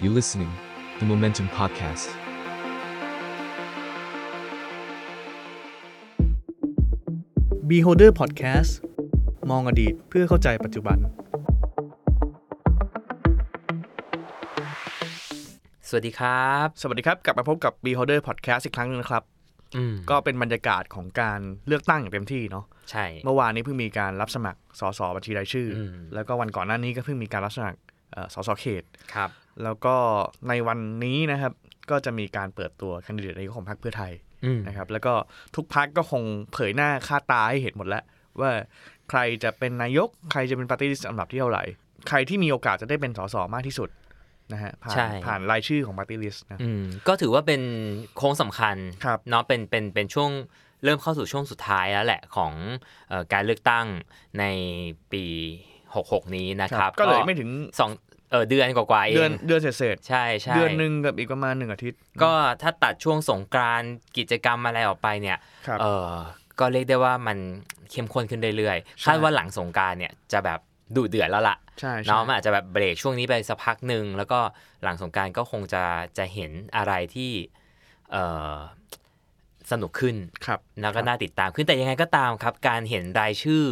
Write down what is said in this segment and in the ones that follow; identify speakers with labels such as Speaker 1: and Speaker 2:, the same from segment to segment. Speaker 1: You listening, the Momentum Podcast.
Speaker 2: บ Beholder Podcast มองอดีตเพื่อเข้าใจปัจจุบัน
Speaker 3: สวัสดีครับ
Speaker 2: สวัสดีครับ กลับมาพบกับ Beholder Podcast อีกครั้งหนึ่งนะครับ
Speaker 3: อืม
Speaker 2: ก็เป็นบรรยากาศของการเลือกตั้งอย่างเต็มที่เนาะ
Speaker 3: ใช่
Speaker 2: เมื่อวานนี้เพิ่งมีการรับสมัครสสบัญชีรายชื่ออ
Speaker 3: ม
Speaker 2: แล้วก็วันก่อนหน้านี้ก็เพิ่งมีการรับสมัครเอ่อสสเขต
Speaker 3: ครับ
Speaker 2: แล้วก็ในวันนี้นะครับ ก็จะมีการเปิดตัวแคนดิเดตนายกของพรรคเพื่อไทย
Speaker 3: อืม
Speaker 2: นะครับ แล้วก็ทุกพรรคก็คงเผยหน้าค่าตาให้เห็นหมดแล้ว ว่าใครจะเป็นนายก ใครจะเป็นปาร์ตี้ลิสต์อันดับที่เท่าไหร่ ใครที่มีโอกาสจะได้เป็นสสมากที่สุดนะฮะผ่าน
Speaker 3: ใช่
Speaker 2: ผ่านรายชื่อของปาร์ตี้ลิสต์นะ
Speaker 3: อืมก็ถือว่าเป็นโค้งสำคัญ
Speaker 2: ครับ
Speaker 3: เนาะเป็นเป็นเป็นช่วงเริ่มเข้าสู่ช่วงสุดท้ายแล้วแหละของเออการเลือกตั้งในปี 66 นี้นะค
Speaker 2: ครั
Speaker 3: รับบ
Speaker 2: ก็เหลือไม่ถึง
Speaker 3: สองเออเดือนกว่าๆเอง
Speaker 2: เดือนเดือนเศษ
Speaker 3: ใช่ใช่
Speaker 2: ๆเดือนหนึ่งกับอีกประมาณหนึ่งอาทิตย์
Speaker 3: ก็ถ้าตัดช่วงสงกรานต์กิจกรรมอะไรออกไปเนี่ย
Speaker 2: ครับ
Speaker 3: เออก็เรียกได้ว่ามันเข้มข้นขึ้นเรื่อย
Speaker 2: ใช่
Speaker 3: ๆคาดว่าหลังสงกรารเนี่ยจะแบบดูเดือดแล้วล่ะ
Speaker 2: ใช่ใช่
Speaker 3: เนาะมันอาจจะแบบเบรกช่วงนี้ไปสักพักหนึ่งแล้วก็หลังสงกรารก็คงจะจะเห็นอะไรที่เอ่อสนุกขึ้น
Speaker 2: ครับ
Speaker 3: แล้ว
Speaker 2: ค
Speaker 3: ก็
Speaker 2: รับ
Speaker 3: น่าติดตามขึ้นแต่ยังไงก็ตามครับ การเห็นรายชื่อ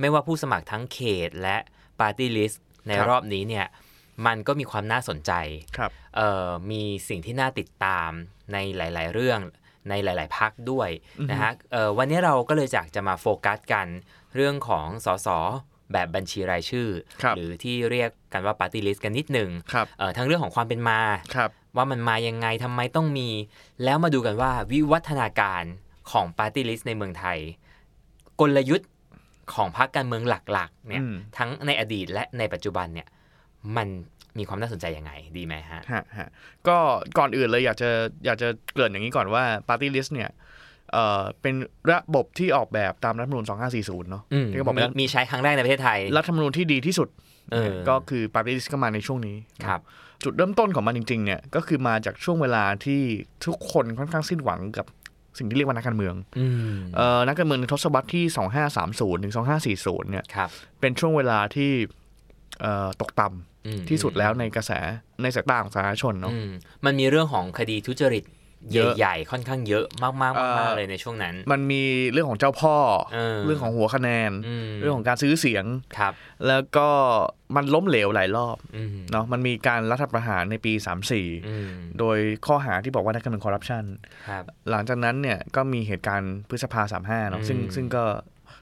Speaker 3: ไม่ว่าผู้สมัครทั้งเขตและปาร์ตี้ลิสต์ในรอบนี้เนี่ยมันก็มีความน่าสนใจ
Speaker 2: ครับ
Speaker 3: เอ่อมีสิ่งที่น่าติดตามในหลาย ๆ เรื่องในหลาย ๆ พักด้วยนะฮะเอ่อวันนี้เราก็เลยอยากจะมาโฟกัสกันเรื่องของสสแบบบัญชีรายชื่อ
Speaker 2: ครับ
Speaker 3: หรือที่เรียกกันว่าปาร์ตี้ลิสต์กันนิดหนึ่ง
Speaker 2: ครับ
Speaker 3: เอ่อทั้งเรื่องของความเป็นมา
Speaker 2: ครับ
Speaker 3: ว่ามันมายังไงทำไมต้องมี แล้วมาดูกันว่าวิวัฒนาการของปาร์ตี้ลิสต์ในเมืองไทย กลยุทธ์ของพรรคการเมืองหลัก ๆ เนี่ย
Speaker 2: อืม
Speaker 3: ทั้งในอดีตและในปัจจุบันเนี่ยมันมีความน่าสนใจยังไงดีไหมฮะ
Speaker 2: ฮะฮะก็ก่อนอื่นเลยอยากจะอยากจะเกริ่นอย่างนี้ก่อนว่า Party List เนี่ยเอ่อเป็นระบบที่ออกแบบตามรัฐธรรมนูญ2540 เนาะ
Speaker 3: อืม
Speaker 2: ที่เขาบอกเป็น
Speaker 3: มีมีใช้ครั้งแรกในประเทศไทย
Speaker 2: รัฐธรรมนูญที่ดีที่สุด
Speaker 3: เออ
Speaker 2: ก็คือ Party List ก็มาในช่วงนี้นะครับ จุดเริ่มต้นของมันจริงๆเนี่ยก็คือมาจากช่วงเวลาที่ทุกคนค่อนข้างสิ้นหวังกับสิ่งที่เรียกว่านักการเมือง
Speaker 3: อืม
Speaker 2: เอ่อนักการเมืองในทศวรรษที่ 2530ถึง2540เนี่ย
Speaker 3: ครับ
Speaker 2: เป็นช่วงเวลาที่เอ่อตกต่
Speaker 3: อืม
Speaker 2: ำที่สุดแล้วในกระแสในสายตาของสาธารณชนเนาะ
Speaker 3: อืมมันมีเรื่องของคดีทุจริต
Speaker 2: เยอะ
Speaker 3: ใหญ่ๆค่อนข้างเยอะมากๆมาก
Speaker 2: เอ่อ
Speaker 3: มากเลยในช่วงนั้น
Speaker 2: มันมีเรื่องของเจ้าพ่อ
Speaker 3: เออ
Speaker 2: เรื่องของหัวคะแนน
Speaker 3: ม
Speaker 2: เรื่องของการซื้อเสียง
Speaker 3: ครับ
Speaker 2: แล้วก็มันล้มเหลวหลายรอบ
Speaker 3: อืม
Speaker 2: เนาะมันมีการรัฐประหารในปี
Speaker 3: อืม
Speaker 2: 34 โดยข้อหาที่บอกว่านักการเมืองคอร์รัปชัน
Speaker 3: ครับ
Speaker 2: หลังจากนั้นเนี่ยก็มีเหตุการณ์พฤษภา 35เนาะซึ่ง
Speaker 3: อืม
Speaker 2: ซึ่งก็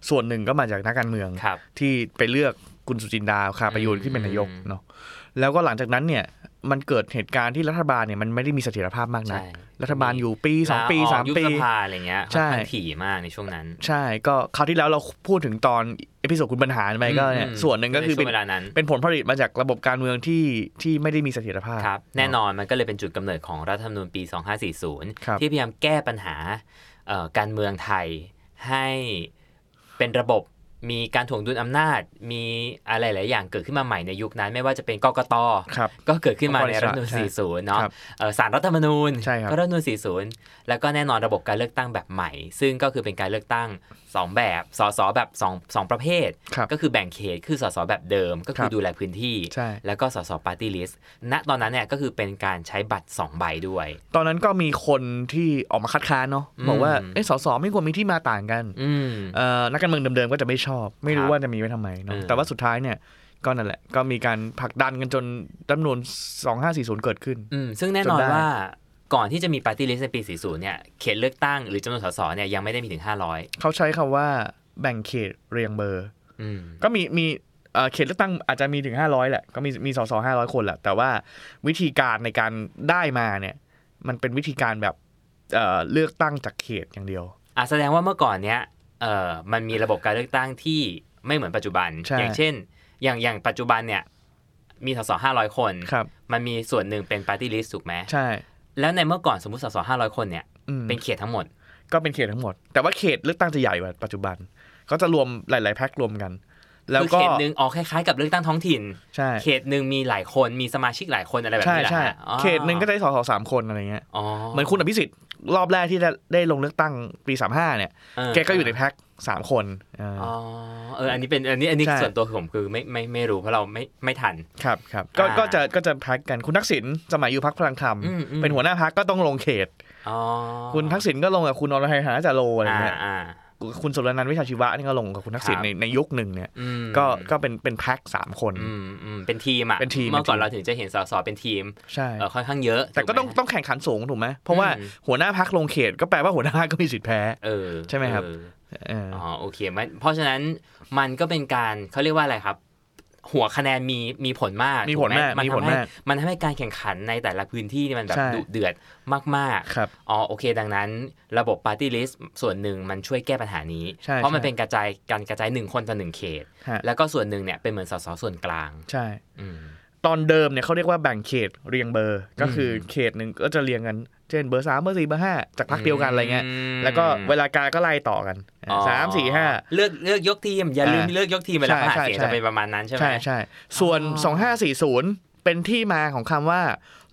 Speaker 2: ส่วนหนึ่งก็มาจากนักการเมือง
Speaker 3: ครับ
Speaker 2: ที่ไปเลือกคุณสุจินดาคาประยูน
Speaker 3: อืม
Speaker 2: ที่เป็นนายกเนาะแล้วก็หลังจากนั้นเนี่ยมันเกิดเหตุการณ์ที่รัฐบาลเนี่ยมันไม่ได้มีเสถียรภาพมากนะ
Speaker 3: ใช่
Speaker 2: รัฐบาลอยู่ปีสองปี
Speaker 3: ลก
Speaker 2: สาม
Speaker 3: ยุบ
Speaker 2: ปี
Speaker 3: ภาอะไรเงี้ย
Speaker 2: ใช่
Speaker 3: ค่อนข้างถี่มากในช่วงนั้น
Speaker 2: ใช่ก็คราวที่แล้วเราพูดถึงตอนเอพิโซดคุณบรรหารไปก็เนี่ย
Speaker 3: อืม
Speaker 2: ส่วนหนึ่งก็คือ
Speaker 3: ใช่ว
Speaker 2: เป็น
Speaker 3: เวลานั้น
Speaker 2: เป็นผลผลิตมาจากระบบการเมืองที่ที่ไม่ได้มีเสถียรภาพ
Speaker 3: ครับ แน่นอนมันก็เลยเป็นจุดกำเนิดของรัฐธรรมนูญปี
Speaker 2: ครับ
Speaker 3: 2540 ที่พยายามแก้ปัญหาเอ่อการเมืองไทยให้เป็นระบบมีการถ่วงดุลอำนาจ มีอะไรหลายอย่างเกิดขึ้นมาใหม่ในยุคนั้น ไม่ว่าจะเป็นกกต
Speaker 2: ครับ
Speaker 3: ก็เกิดขึ้นมา
Speaker 2: องค์กร
Speaker 3: ใน
Speaker 2: อิส
Speaker 3: รัฐ
Speaker 2: ระ
Speaker 3: ธรรมนูญ
Speaker 2: ใช่
Speaker 3: 40 เนาะ
Speaker 2: ครับ
Speaker 3: เอ่อสารรัฐธรรมนูญ
Speaker 2: ใช่ครับ
Speaker 3: ก็รัฐธรรมนูญ40 แล้วก็แน่นอนระบบการเลือกตั้งแบบใหม่ ซึ่งก็คือเป็นการเลือกตั้ง 2 แบบ สสแบบ2งประเภท
Speaker 2: ครับ
Speaker 3: ก็คือแบ่งเขต คือสสแบบเดิม ก็คื
Speaker 2: ครั
Speaker 3: อบ ดูแลพื้นที่
Speaker 2: ใช่
Speaker 3: แล้วก็สสปาร์ตี้ลิสต์ ณ ตอนนั้นเนี่ยก็คือเป็นการใช้บัตร 2 ใบด้วย
Speaker 2: ตอนนั้นก็มีคนที่ออกมาคัดค้านเนาะ
Speaker 3: อืม
Speaker 2: บอกว่าเอ้ยสสไม่ควรมีที่มาต่างกัน
Speaker 3: อืม
Speaker 2: เอ่อนักการเมืองเดิมๆก็จะไม่ชอบ ไม่รู้
Speaker 3: ครับ
Speaker 2: ว่าจะมีไว้ทำไมเนาะ
Speaker 3: เออ
Speaker 2: แต่ว่าสุดท้ายเนี่ยก็นั่นแหละก็มีการผลักดันกันจนรัฐธรรมนูญ2540 เกิดขึ้น
Speaker 3: อืมซึ่งแน่นอน
Speaker 2: จนได้
Speaker 3: ว่าก่อนที่จะมีปาร์ตี้ลิสต์ในปี 40 เนี่ย เขตเลือกตั้งหรือจำนวนสสเนี่ยยังไม่ได้มีถึง 500
Speaker 2: เขาใช้คำว่าแบ่งเขตเรียงเบอร์
Speaker 3: อืม
Speaker 2: ก็มีมีเอ่อเขตเลือกตั้งอาจจะมีถึง 500 แหละ ก็มีมีสสห้าร้อยคนแหละ แต่ว่าวิธีการในการได้มาเนี่ยมันเป็นวิธีการแบบเอ่อเลือกตั้งจากเขตอย่างเดียว
Speaker 3: อ่ะแสดงว่าเมื่อก่อนเนี้ยเอ่อมันมีระบบการเลือกตั้งที่ไม่เหมือนปัจจุบัน
Speaker 2: ใช่
Speaker 3: อย่างเช่น อย่างอย่างปัจจุบันเนี่ยมีสสห้าร้อยคน
Speaker 2: ครับ
Speaker 3: มันมีส่วนหนึ่งเป็นปาร์ตี้ลิสต์ถูกไหม
Speaker 2: ใช่
Speaker 3: แล้วในเมื่อก่อนสมมติสสห้าร้อยคนเนี่ย
Speaker 2: อืม
Speaker 3: เป็นเขตทั้งหมด
Speaker 2: ก็เป็นเขตทั้งหมด แต่ว่าเขตเลือกตั้งจะใหญ่กว่าปัจจุบัน ก็จะรวมหลาย ๆ แพ็ครวมกัน แล้ว
Speaker 3: คือ
Speaker 2: ก็
Speaker 3: เขตหนึ่งออกคล้ายๆกับเลือกตั้งท้องถิ่น
Speaker 2: ใช่
Speaker 3: เขตหนึ่งมีหลายคนมีสมาชิกหลายคนอะไรแบบ
Speaker 2: ใช่
Speaker 3: นี้แหละ
Speaker 2: ใช่
Speaker 3: ฮะอ๋อ
Speaker 2: เขตหนึ่งก็ได้สสสามคนอะไรเงี้ย
Speaker 3: อ๋อ
Speaker 2: เหมือนคุณอภิสิทธิ์ รอบแรกที่ได้ได้ลงเลือกตั้งปีสามห้าเนี่ย
Speaker 3: เ
Speaker 2: แกก็อยู่ในแพ็คสามคนอ่า
Speaker 3: อ๋อเอออันนี้เป็นอันนี้อันนี้
Speaker 2: ใช่
Speaker 3: ส่วนตัวผมคือไม่ไม่ไม่รู้เพราะเราไม่ไม่ทัน
Speaker 2: ครับครับก็
Speaker 3: อ่า
Speaker 2: ก็จะก็จะแพ็คกันคุณทักษิณสมัยอยู่พักพลังธรรม
Speaker 3: อืมอืม
Speaker 2: เป็นหัวหน้าพักก็ต้องลงเขต
Speaker 3: อ๋อ
Speaker 2: คุณทักษิณก็ลงกับคุณอรไทยหาจาโรอะไร
Speaker 3: อ่า
Speaker 2: เงี้ย
Speaker 3: อ่า
Speaker 2: คุณสุรนันท์วิชาชีวะนี่ก็ลงกับคุณทักษิณ
Speaker 3: ครับ
Speaker 2: ในในยุคหนึ่งเนี่ย
Speaker 3: อืม
Speaker 2: ก็ก็เป็นเป็นแพ็คสามคน
Speaker 3: อืมอืมเป็นทีมอ่ะ
Speaker 2: เป็นทีม
Speaker 3: เมื่อก่อน
Speaker 2: เป็นทีม
Speaker 3: เราถึงจะเห็นสสเป็นทีม
Speaker 2: ใช่
Speaker 3: เออค่อนข้างเยอะ
Speaker 2: แต่ก็ต้อง
Speaker 3: ถูไหม
Speaker 2: ต้องแข่งขันสูงถูกไหมเพราะว่า
Speaker 3: อืม
Speaker 2: หัวหน้าพักลงเขตก็แปลว่าหัวหน้าพรรคก็มีสิทธิ์แพ้
Speaker 3: เออ
Speaker 2: ใช่ไหมครับ
Speaker 3: เออ
Speaker 2: เอออ
Speaker 3: อ๋อโอเคมันเพราะฉะนั้นมันก็เป็นการเขาเรียกว่าอะไรครับ หัวคะแนนมีมีผลมาก
Speaker 2: มีผลมาก
Speaker 3: ถูไห
Speaker 2: มีผล
Speaker 3: นทำให้
Speaker 2: มาก
Speaker 3: มันทำให้การแข่งขันในแต่ละพื้นที่นี่มันแบบ
Speaker 2: ใช่
Speaker 3: ดุเดือดมากๆ
Speaker 2: ครับ
Speaker 3: อ๋อโอเค ดังนั้นระบบปาร์ตี้ลิสต์ส่วนหนึ่งมันช่วยแก้ปัญหานี้
Speaker 2: ใช่
Speaker 3: เพราะมัน
Speaker 2: ใช่
Speaker 3: เป็นกระจายการกระจายหนึ่งคนต่อหนึ่งเขต
Speaker 2: ฮะ
Speaker 3: แล้วก็ส่วนหนึ่งเนี่ยเป็นเหมือนสสส่วนกลาง
Speaker 2: ใช่
Speaker 3: อืม
Speaker 2: ตอนเดิมเนี่ยเขาเรียกว่าแบ่งเขตเรียงเบอร์ ก็คือเขตหนึ่งก็จะเรียงกัน เช่นเบอร์สามเบอร์สี่เบอร์ห้าจากพรรคเดียวกันอะไรเงี้ย แล้วก็เวลากาก็ไล่ต่อกัน
Speaker 3: อ๋อ
Speaker 2: สามสี่ห้า
Speaker 3: เลือกเลือกยกทีม อย่าลืม
Speaker 2: อ่า
Speaker 3: เลือกยกทีมเวลา
Speaker 2: ใช่
Speaker 3: เขาหาเสียง
Speaker 2: ใช่
Speaker 3: จะเป็นประมาณนั้นใช่ไหม
Speaker 2: ใช่ใช่ ส่วน
Speaker 3: อ๋อ
Speaker 2: สองห้าสี่ศูนย์เป็นที่มาของคำว่า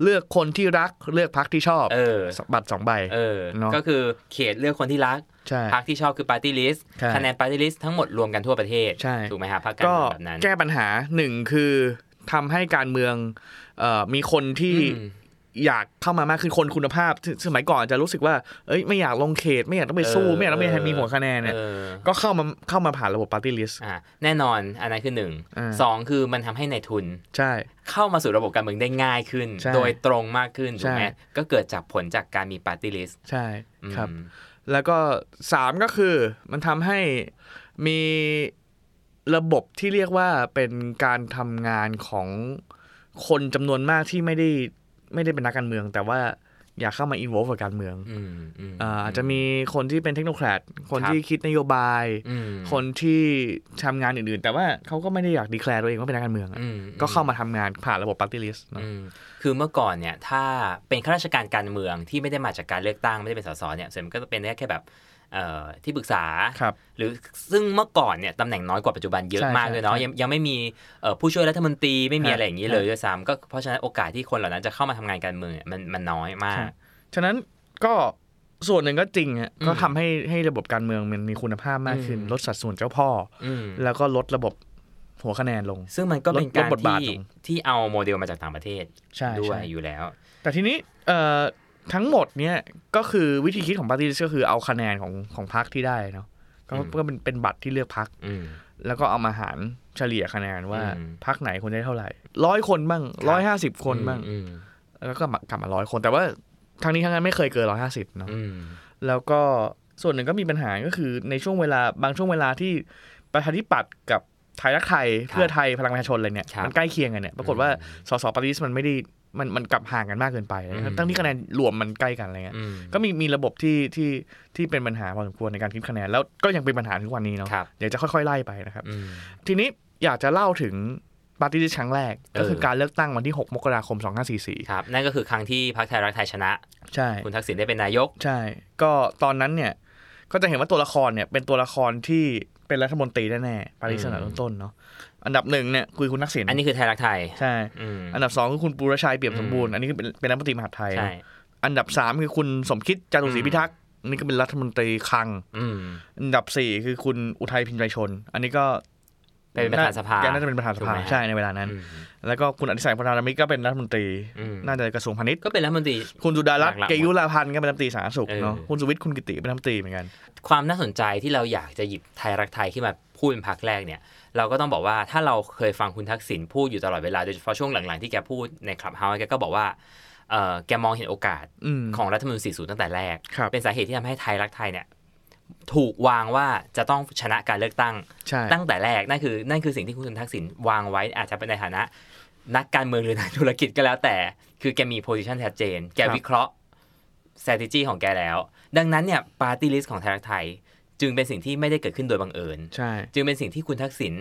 Speaker 2: เลือกคนที่รักเลือกพรรคที่ชอบ
Speaker 3: เออ
Speaker 2: บัตรสองใบ
Speaker 3: เออ
Speaker 2: เนอะ
Speaker 3: ก็คือเขตเลือกคนที่รัก
Speaker 2: ใช่
Speaker 3: พรรคที่ชอบคือปาร์ตี้ลิสต์
Speaker 2: ใช่
Speaker 3: คะแนนปาร์ตี้ลิสต์ทั้งหมดรวมกันทั่วประเทศ
Speaker 2: ใช่
Speaker 3: ถูกไหมฮะพรรคการ
Speaker 2: ก็
Speaker 3: เมืองแบบนั้น
Speaker 2: แก้ปัญหาหนึ่งคือทำให้การเมืองเอ่อมีคนที่
Speaker 3: อืม
Speaker 2: อยากเข้ามามากขึ้นคนคุณภาพซึ่งสมัยก่อนจะรู้สึกว่าเอ้ยไม่อยากลงเขต ไม่อยากต้องไปสู้
Speaker 3: เออ
Speaker 2: ไม่อยากต้องไป
Speaker 3: เออ
Speaker 2: มีหัวคะแนนเนี่ย
Speaker 3: เออ
Speaker 2: ก็เข้ามาเข้ามาผ่านระบบปาร์ตี้ลิสต์
Speaker 3: อ่ะแน่นอนอันนั้นคือหนึ่ง
Speaker 2: อ่า
Speaker 3: สองคือมันทำให้ในายทุน
Speaker 2: ใช่
Speaker 3: เข้ามาสู่ระบบการเมืองได้ง่ายขึ้น
Speaker 2: ใช่
Speaker 3: โดยตรงมากขึ้นถูกไหม
Speaker 2: ใช่
Speaker 3: ก็เกิดจากผลจากการมีปาร์ตี้ลิสต์
Speaker 2: ใช่ครับ แล้วก็สามก็คือมันทำให้มีระบบที่เรียกว่าเป็นการทำงานของคนจำนวนมากที่ไม่ได้ไม่ได้เป็นนักการเมือง แต่ว่าอยากเข้ามาอินวอลกับการเมืองอ่าอาจจะมีคนที่เป็นเทคโนแครดคนที่คิดนโยบาย คนที่ทำงานอื่นๆ แต่ว่าเขาก็ไม่ได้อยากดีแคลร์ตัวเองว่าเป็นนักการเมืองอะก็เข้ามาทำงานผ่านระบบปาร์ตี้ลิสต์
Speaker 3: คือเมื่อก่อนเนี่ยถ้าเป็นข้าราชการการเมืองที่ไม่ได้มาจากการเลือกตั้งไม่ได้เป็นสสเนี่ยส่วนมันก็จะเป็นได้แค่แบบเอ่อที่ปรึกษา
Speaker 2: ครับ
Speaker 3: หรือซึ่งเมื่อก่อนเนี่ยตำแหน่งน้อยกว่าปัจจุบันเยอะ
Speaker 2: ใช่
Speaker 3: มากเลยเนาะ
Speaker 2: ใช่
Speaker 3: ยังยังไม่มีเอ่อผู้ช่วยรัฐมนตรีไม่มี
Speaker 2: ฮะ
Speaker 3: อะไรอย่างนี้เลยด้วยซ้ำก็เพราะฉะนั้นโอกาสที่คนเหล่านั้นจะเข้ามาทำงานการเมืองเนี่ยมันมันน้อยมาก
Speaker 2: ใช่ ฉะนั้นก็ส่วนหนึ่งก็จริงอะ
Speaker 3: อืม
Speaker 2: ก็ทำให้ให้ระบบการเมืองมันมีคุณภาพมากขึ้น
Speaker 3: อืม
Speaker 2: ลดสัดส่วนเจ้าพ่อ
Speaker 3: อืม
Speaker 2: แล้วก็ลดระบบหัวคะแนนลง
Speaker 3: ซึ่งมันก็เป็นการ
Speaker 2: ลดบทบาท
Speaker 3: ที่
Speaker 2: ลง
Speaker 3: ที่เอาโมเดลมาจากต่างประเทศ
Speaker 2: ใช่
Speaker 3: ด้วย
Speaker 2: ใช่
Speaker 3: อยู่แล้ว
Speaker 2: แต่ทีนี้เอ่อทั้งหมดเนี่ยก็คือวิธีคิดของปาร์ตี้ก็คือเอาคะแนนของของพรรคที่ได้เนาะก็
Speaker 3: อืม
Speaker 2: ก็เป็นเป็นบัตรที่เลือกพรรค
Speaker 3: อืม
Speaker 2: แล้วก็เอามาหารเฉลี่ยคะแนนว่า
Speaker 3: อืม
Speaker 2: พรรคไหนคนได้เท่าไหร่ร้อยคนบ้างร้อยห้าสิบคนบ้าง
Speaker 3: อืม
Speaker 2: แล้วก็มากลับมาร้อยคนแต่ว่าทั้งนี้ทั้งนั้นไม่เคยเกินร้อยห้าสิบเนาะ
Speaker 3: อืม
Speaker 2: แล้วก็ส่วนหนึ่งก็มีปัญหาก็คือในช่วงเวลาบางช่วงเวลาที่ประชาธิปัตย์กับไทยรักไทยเพื่อไทยพลังประชาชนอะไรเนี่ยมันใกล้เคียงกันเนี่ยปรากฏว่าสสปาร์ตี้ลิสต์มันไม่ได้มันมันกลับห่างกันมากเกินไปทั้งที่คะแนนรวมมันใกล้กันอะไรเงี้ย
Speaker 3: อืม
Speaker 2: ก็มีมีระบบที่ที่ที่เป็นปัญหาพอสมควรในการคิดคะแนนแล้วก็ยังเป็นปัญหาทุกวันนี้เนาะ
Speaker 3: ครับ
Speaker 2: เดี๋ยวจะค่อยๆไล่ไปนะครับ
Speaker 3: อืม
Speaker 2: ทีนี้อยากจะเล่าถึงปาร์ตี้ลิสต์ครั้งแรก ก็คือ
Speaker 3: เออ
Speaker 2: การเลือกตั้งวันที่ 6 มกราคม 2544
Speaker 3: ครับ นั่นก็คือครั้งที่พรรคไทยรักไทยชนะ
Speaker 2: ใช่
Speaker 3: คุณทักษิณได้เป็นนายก
Speaker 2: ใช่ ก็ตอนนั้นเนี่ยก็จะเห็นว่าตัวละครเนี่ยเป็นตัวละครที่เป็นรัฐมนตรีแน่ๆปาริสนาต้นๆเนาะ อันดับหนึ่งเนี่ยคือคุณนักษิณ
Speaker 3: อันนี้คือไทยรักไทย
Speaker 2: ใช่
Speaker 3: อืม
Speaker 2: อันดับสองคือคุณปูรชัยเปี่ยมสมบูรณ์ อันนี้คือเป็นเป็นรัฐมนตรีมหาดไทย
Speaker 3: ใช่
Speaker 2: อันดับสามคือคุณสมคิดจารุศรีพิทักษ์อันนี่ก็เป็นรัฐมนตรีคลัง
Speaker 3: อืม
Speaker 2: อันดับสี่คือคุณอุทัยพิมพ์ใจชน อันนี้ก็
Speaker 3: เป็นประธานสภา
Speaker 2: แกน่าจะเป็นประธานส
Speaker 3: ถูก
Speaker 2: ภา
Speaker 3: ไหมฮะ
Speaker 2: ใช่ในเวลานั้น
Speaker 3: อืม
Speaker 2: แล้วก็คุณอดิศักดิ์พนารามิตรก็เป็นรัฐมนตรี
Speaker 3: อืม
Speaker 2: น่าจะกระทรวงพาณิชย์
Speaker 3: ก็เป็นรัฐมนตรี
Speaker 2: คุณสุดารัตน์
Speaker 3: หลักๆ
Speaker 2: เกยุราพันธ์ก็เป็นรัฐมนตรีสาธารณสุข
Speaker 3: เออ
Speaker 2: เนาะ คุณสุวิทย์คุณกิติเป็นรัฐมนตรีเหมือนกัน
Speaker 3: ความน่าสนใจที่เราอยากจะหยิบไทยรักไทยขึ้นมาพูดเป็นพักแรกเนี่ย เราก็ต้องบอกว่าถ้าเราเคยฟังคุณทักษิณพูดอยู่ตลอดเวลา โดยเฉพาะช่วงหลังๆที่แกพูดในคลับเฮาส์แกก็บอกว่าเอ่อแกมองเห็นโอกาส
Speaker 2: อืม
Speaker 3: ของรัฐธรรมนูญ40 ตั้งแต่แรก
Speaker 2: ครับ
Speaker 3: เป็นสาเหตุที่ทำให้ไทยรักไทยเนี่ยถูกวางว่าจะต้องชนะการเลือกตั้ง
Speaker 2: ใช่
Speaker 3: ตั้งแต่แรกนั่นคือนั่นคือสิ่งที่คุณทักษิณวางไว้อาจจะเป็นในฐานะ นักการเมืองหรือนักธุรกิจก็แล้วแต่ คือแกมีโพซิชันชัดเจน แกวิเคราะห์ strategy ของแกแล้ว ดังนั้นเนี่ยปาร์ตี้ลิสต์ของไทยรักไทย จึงเป็นสิ่งที่ไม่ได้เกิดขึ้นโดยบังเอิญ
Speaker 2: ใช่
Speaker 3: จึงเป็นสิ่งที่คุณทักษิณ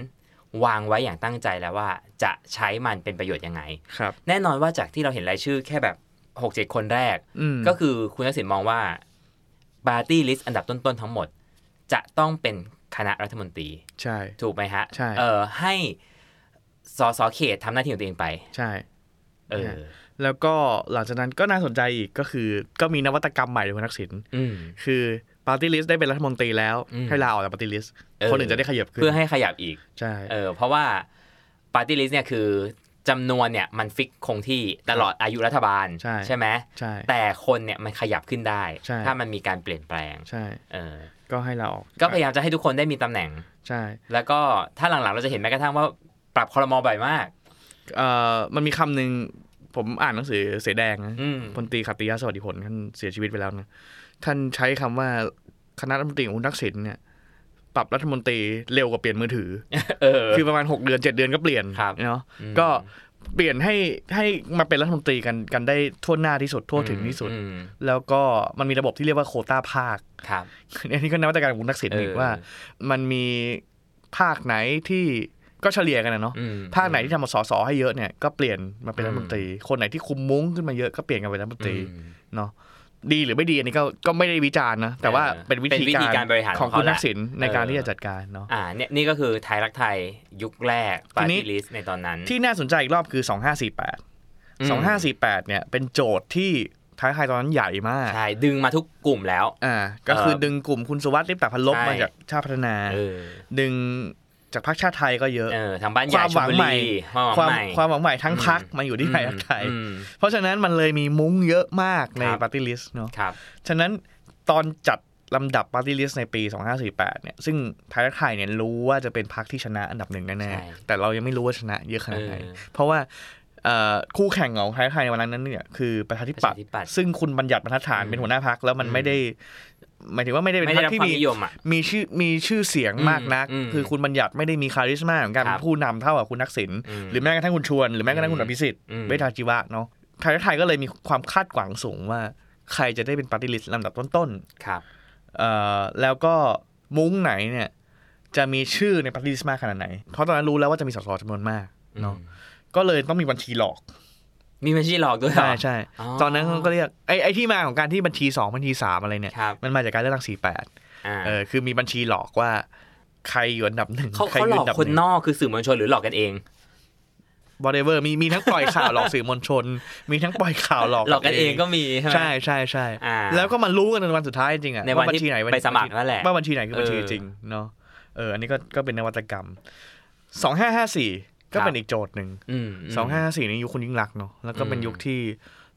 Speaker 3: วางไว้อย่างตั้งใจแล้วว่าจะใช้มันเป็นประโยชน์ยังไง
Speaker 2: ครับ
Speaker 3: แน่นอนว่าจากที่เราเห็นรายชื่อแค่แบบหกเจ็ดคนแรก
Speaker 2: อืม
Speaker 3: ก็คือคุณทักษิณมองว่าปาร์ตี้ลิสต์อันดับต้นๆทั้งหมด จะต้องเป็นคณะรัฐมนตรี
Speaker 2: ใช่
Speaker 3: ถูกไหมฮะ
Speaker 2: ใช่
Speaker 3: เออให้สสเขตทำหน้าที่ของตัวเองไป
Speaker 2: ใช่
Speaker 3: เออ
Speaker 2: แล้วก็หลังจากนั้นก็น่าสนใจอีกก็คือ ก็มีนวัตกรรมใหม่ของทักษิณ
Speaker 3: อืม
Speaker 2: คือปาร์ตี้ลิสต์ได้เป็นรัฐมนตรีแล้ว
Speaker 3: อืม
Speaker 2: ให้ลาออกจากปาร์ตี้ลิสต์
Speaker 3: เออ
Speaker 2: คนอื่นจะได้ขยับขึ้น
Speaker 3: เพื่อให้ขยับอีก
Speaker 2: ใช่
Speaker 3: เออเพราะว่าปาร์ตี้ลิสต์เนี่ยคือจำนวนเนี่ยมันฟิกคงที่ตลอดอายุรัฐบาล
Speaker 2: ใช่
Speaker 3: ใช่ไหม
Speaker 2: ใช่
Speaker 3: แต่คนเนี่ยมันขยับขึ้นได้
Speaker 2: ใช่
Speaker 3: ถ้ามันมีการเปลี่ยนแปลง
Speaker 2: ใช่
Speaker 3: เออ
Speaker 2: ก็ให้ลาออก
Speaker 3: ก็พยายามจะให้ทุกคนได้มีตำแหน่ง
Speaker 2: ใช่
Speaker 3: แล้วก็ถ้าหลังๆเราจะเห็นแม้กระทั่งว่าปรับคอรมอบ่อยมาก
Speaker 2: เอ่อมันมีคำหนึ่งผมอ่านหนังสือเสแดงนะ
Speaker 3: อืม
Speaker 2: พลตรีขัตติยะสวัสดิผลท่านเสียชีวิตไปแล้วนะท่านใช้คำว่าคณะรัฐมนตรีของคุณทักษิณเนี่ย ปรับรัฐมนตรีเร็วกว่าเปลี่ยนมือถือ
Speaker 3: เออ
Speaker 2: คือประมาณ 6 เดือน 7 เดือนก็เปลี่ยน
Speaker 3: ครับ
Speaker 2: เนาะ
Speaker 3: อืม
Speaker 2: ก็เปลี่ยนให้ให้มาเป็นรัฐมนตรีกันกันได้ทั่วหน้าที่สุดทั่วถึงที่สุด
Speaker 3: อืม
Speaker 2: แล้วก็มันมีระบบที่เรียกว่าโควต้าภาค
Speaker 3: ครับ
Speaker 2: อันนี้ก็นวัตกรรมของคุณทักษิณ
Speaker 3: เอออี
Speaker 2: อีกว่า มันมีภาคไหนที่ก็เฉลี่ยกันนะเนาะ
Speaker 3: อืม
Speaker 2: ภาคไหนที่ทำมาสอสอให้เยอะเนี่ยก็เปลี่ยนมาเป็นรัฐมนตรี คนไหนที่คุมมุ้งขึ้นมาเยอะก็เปลี่ยนกันเป็นรัฐมนตรี
Speaker 3: อืม
Speaker 2: เนาะดีหรือไม่ดีอันนี้ก็ก็ไม่ได้วิจารณ์นะ แต่ว่า
Speaker 3: เออ
Speaker 2: เป็นวิ
Speaker 3: เป็นวิธีการบริหาร
Speaker 2: ของคุณ
Speaker 3: ของเขา
Speaker 2: ทักษิณในการ
Speaker 3: เออ
Speaker 2: ที่จะจัดการเนาะ
Speaker 3: อ่าเนี่ยนี่ก็คือไทยรักไทยยุคแรกปา
Speaker 2: ที
Speaker 3: ร์
Speaker 2: นี้
Speaker 3: ตี้ลิสต์ในตอนนั้น
Speaker 2: ที่น่าสนใจอีกรอบคือ 2548 2548 เนี่ย เป็นโจทย์ที่ท้ายไทยตอนนั้นใหญ่มาก
Speaker 3: ใช่ ดึงมาทุกกลุ่มแล้ว
Speaker 2: อ่าก็คือ
Speaker 3: เออ
Speaker 2: ดึงกลุ่มคุณสุวัสดิ์ลิปตพันลบ
Speaker 3: ใช่
Speaker 2: มาจากชาติพัฒนา
Speaker 3: เออ
Speaker 2: ดึงจากพรรคชาติไทยก็เยอะ
Speaker 3: เออทางบ้าน
Speaker 2: ค
Speaker 3: ใหญ่
Speaker 2: วาม
Speaker 3: ช
Speaker 2: ห
Speaker 3: ล
Speaker 2: วัง
Speaker 3: บุ
Speaker 2: ใหม่
Speaker 3: รีความหวัง
Speaker 2: ความควา
Speaker 3: ใหม่
Speaker 2: มหวังใหม่ทั้งพรรคมาอยู่ที่ไทยรักไทย
Speaker 3: อืม
Speaker 2: เพราะฉะนั้นมันเลยมีมุ้งเยอะมากใน
Speaker 3: ครับ
Speaker 2: ปาร์ตี้ลิสต์เนาะ
Speaker 3: ครับ
Speaker 2: ฉะนั้นตอนจัดลำดับปาร์ตี้ลิสต์ในปี 2548 เนี่ย ซึ่งไทยรักไทยเนี่ยรู้ว่าจะเป็นพรรคที่ชนะอันดับหนึ่ง
Speaker 3: ใช่
Speaker 2: แน่ๆ แต่เรายังไม่รู้ว่าชนะเยอะขนาดไหน
Speaker 3: เออ
Speaker 2: เพราะว่าเอ่อคู่แข่งของไทยรักไทยในวันนั้นเนี่ยคือประชาธิปัตย์
Speaker 3: ประชาธิปัตย์
Speaker 2: ซึ่งคุณบัญญัติบรรทัดฐาน
Speaker 3: อืม
Speaker 2: เป็นหัวหน้าพรรคแล้วมัน
Speaker 3: อืม
Speaker 2: ไม่ได้หมายถึงว่าไม่ได้เป็น
Speaker 3: ไม่
Speaker 2: พรร
Speaker 3: ได้รับ
Speaker 2: คที่
Speaker 3: ความ
Speaker 2: มี
Speaker 3: นิยมอ่ะ
Speaker 2: มีชื่อมีชื่อเสียงมากนัก
Speaker 3: อืมอืม
Speaker 2: คือคุณบัญญัติไม่ได้มีคาริสมาของการ
Speaker 3: ครั
Speaker 2: เป็
Speaker 3: บ
Speaker 2: นผู้นำเท่ากับคุณทักษิณ
Speaker 3: อืม
Speaker 2: หรือแม้กระทั่งคุณชวน หรือแม้กระทั่งคุณ
Speaker 3: อื
Speaker 2: อ
Speaker 3: ม
Speaker 2: ภิสิทธิ์
Speaker 3: อืม
Speaker 2: เวชชาชีวะเนาะไทยรักไทยก็เลยมีความคาดหวังสูงว่า ใครจะได้เป็นปาร์ตี้ลิสต์ลำดับต้น
Speaker 3: ครับ
Speaker 2: ๆเอ่อแล้วก็มุ้งไหนเนี่ยจะมีชื่อในปาร์ตี้ลิสต์มากขนาดไหน เพราะตอนนั้นรู้แล้วว่าจะมีสสจำนวนมากเนาะ ก็เลยต้องมีบัญชีหลอก
Speaker 3: มีบัญชีหลอกด้วยเหรอ
Speaker 2: ใช่ใช่
Speaker 3: อ๋อ
Speaker 2: ตอนนั้นเขาก็เรียกไอ้ไอ้ที่มาของการที่บัญชีสองบัญชีสามอะไรเนี่ย
Speaker 3: ครับ
Speaker 2: มันมาจากการเลือกตั้งสี่แปด
Speaker 3: อ่า
Speaker 2: เออ คือมีบัญชีหลอกว่า ใครอยู่อันดับหนึ่ง
Speaker 3: เขา
Speaker 2: ใคร
Speaker 3: เขา
Speaker 2: อ
Speaker 3: หล
Speaker 2: ยู่
Speaker 3: อก
Speaker 2: อันดับ
Speaker 3: คน
Speaker 2: หนึ่ง
Speaker 3: นอกคือสื่อมวลชนหรือหลอกกันเอง
Speaker 2: whatever มีมีทั้งปล่อยข่าวหลอกสื่อมวลชน มีทั้งปล่อยข่าวหลอก
Speaker 3: หลอกกันเองก็มีใช่ไหม
Speaker 2: ใช่ใช่ใช่
Speaker 3: อ่า
Speaker 2: แล้วก็มารู้กันในวันสุดท้ายจริงๆอะ
Speaker 3: ในวัน
Speaker 2: บัญ
Speaker 3: ที่
Speaker 2: ชีไหน
Speaker 3: ไปสมัครนั่นแหละ
Speaker 2: ว่าบัญชีไหนคือบัญชี
Speaker 3: เออ
Speaker 2: จริงเนาะเอออันนี้ก็ก็เป็นนวัตกรรมสองห้าห้าสี่ก็
Speaker 3: ครับ
Speaker 2: เป็นอีกโจทย์หนึ่ง
Speaker 3: อืมม
Speaker 2: สองห้าห้าสี่นี่ยุคคุณยิ่งรักษณ์เนาะแล้วก็เป็น
Speaker 3: อืม
Speaker 2: ยุคที่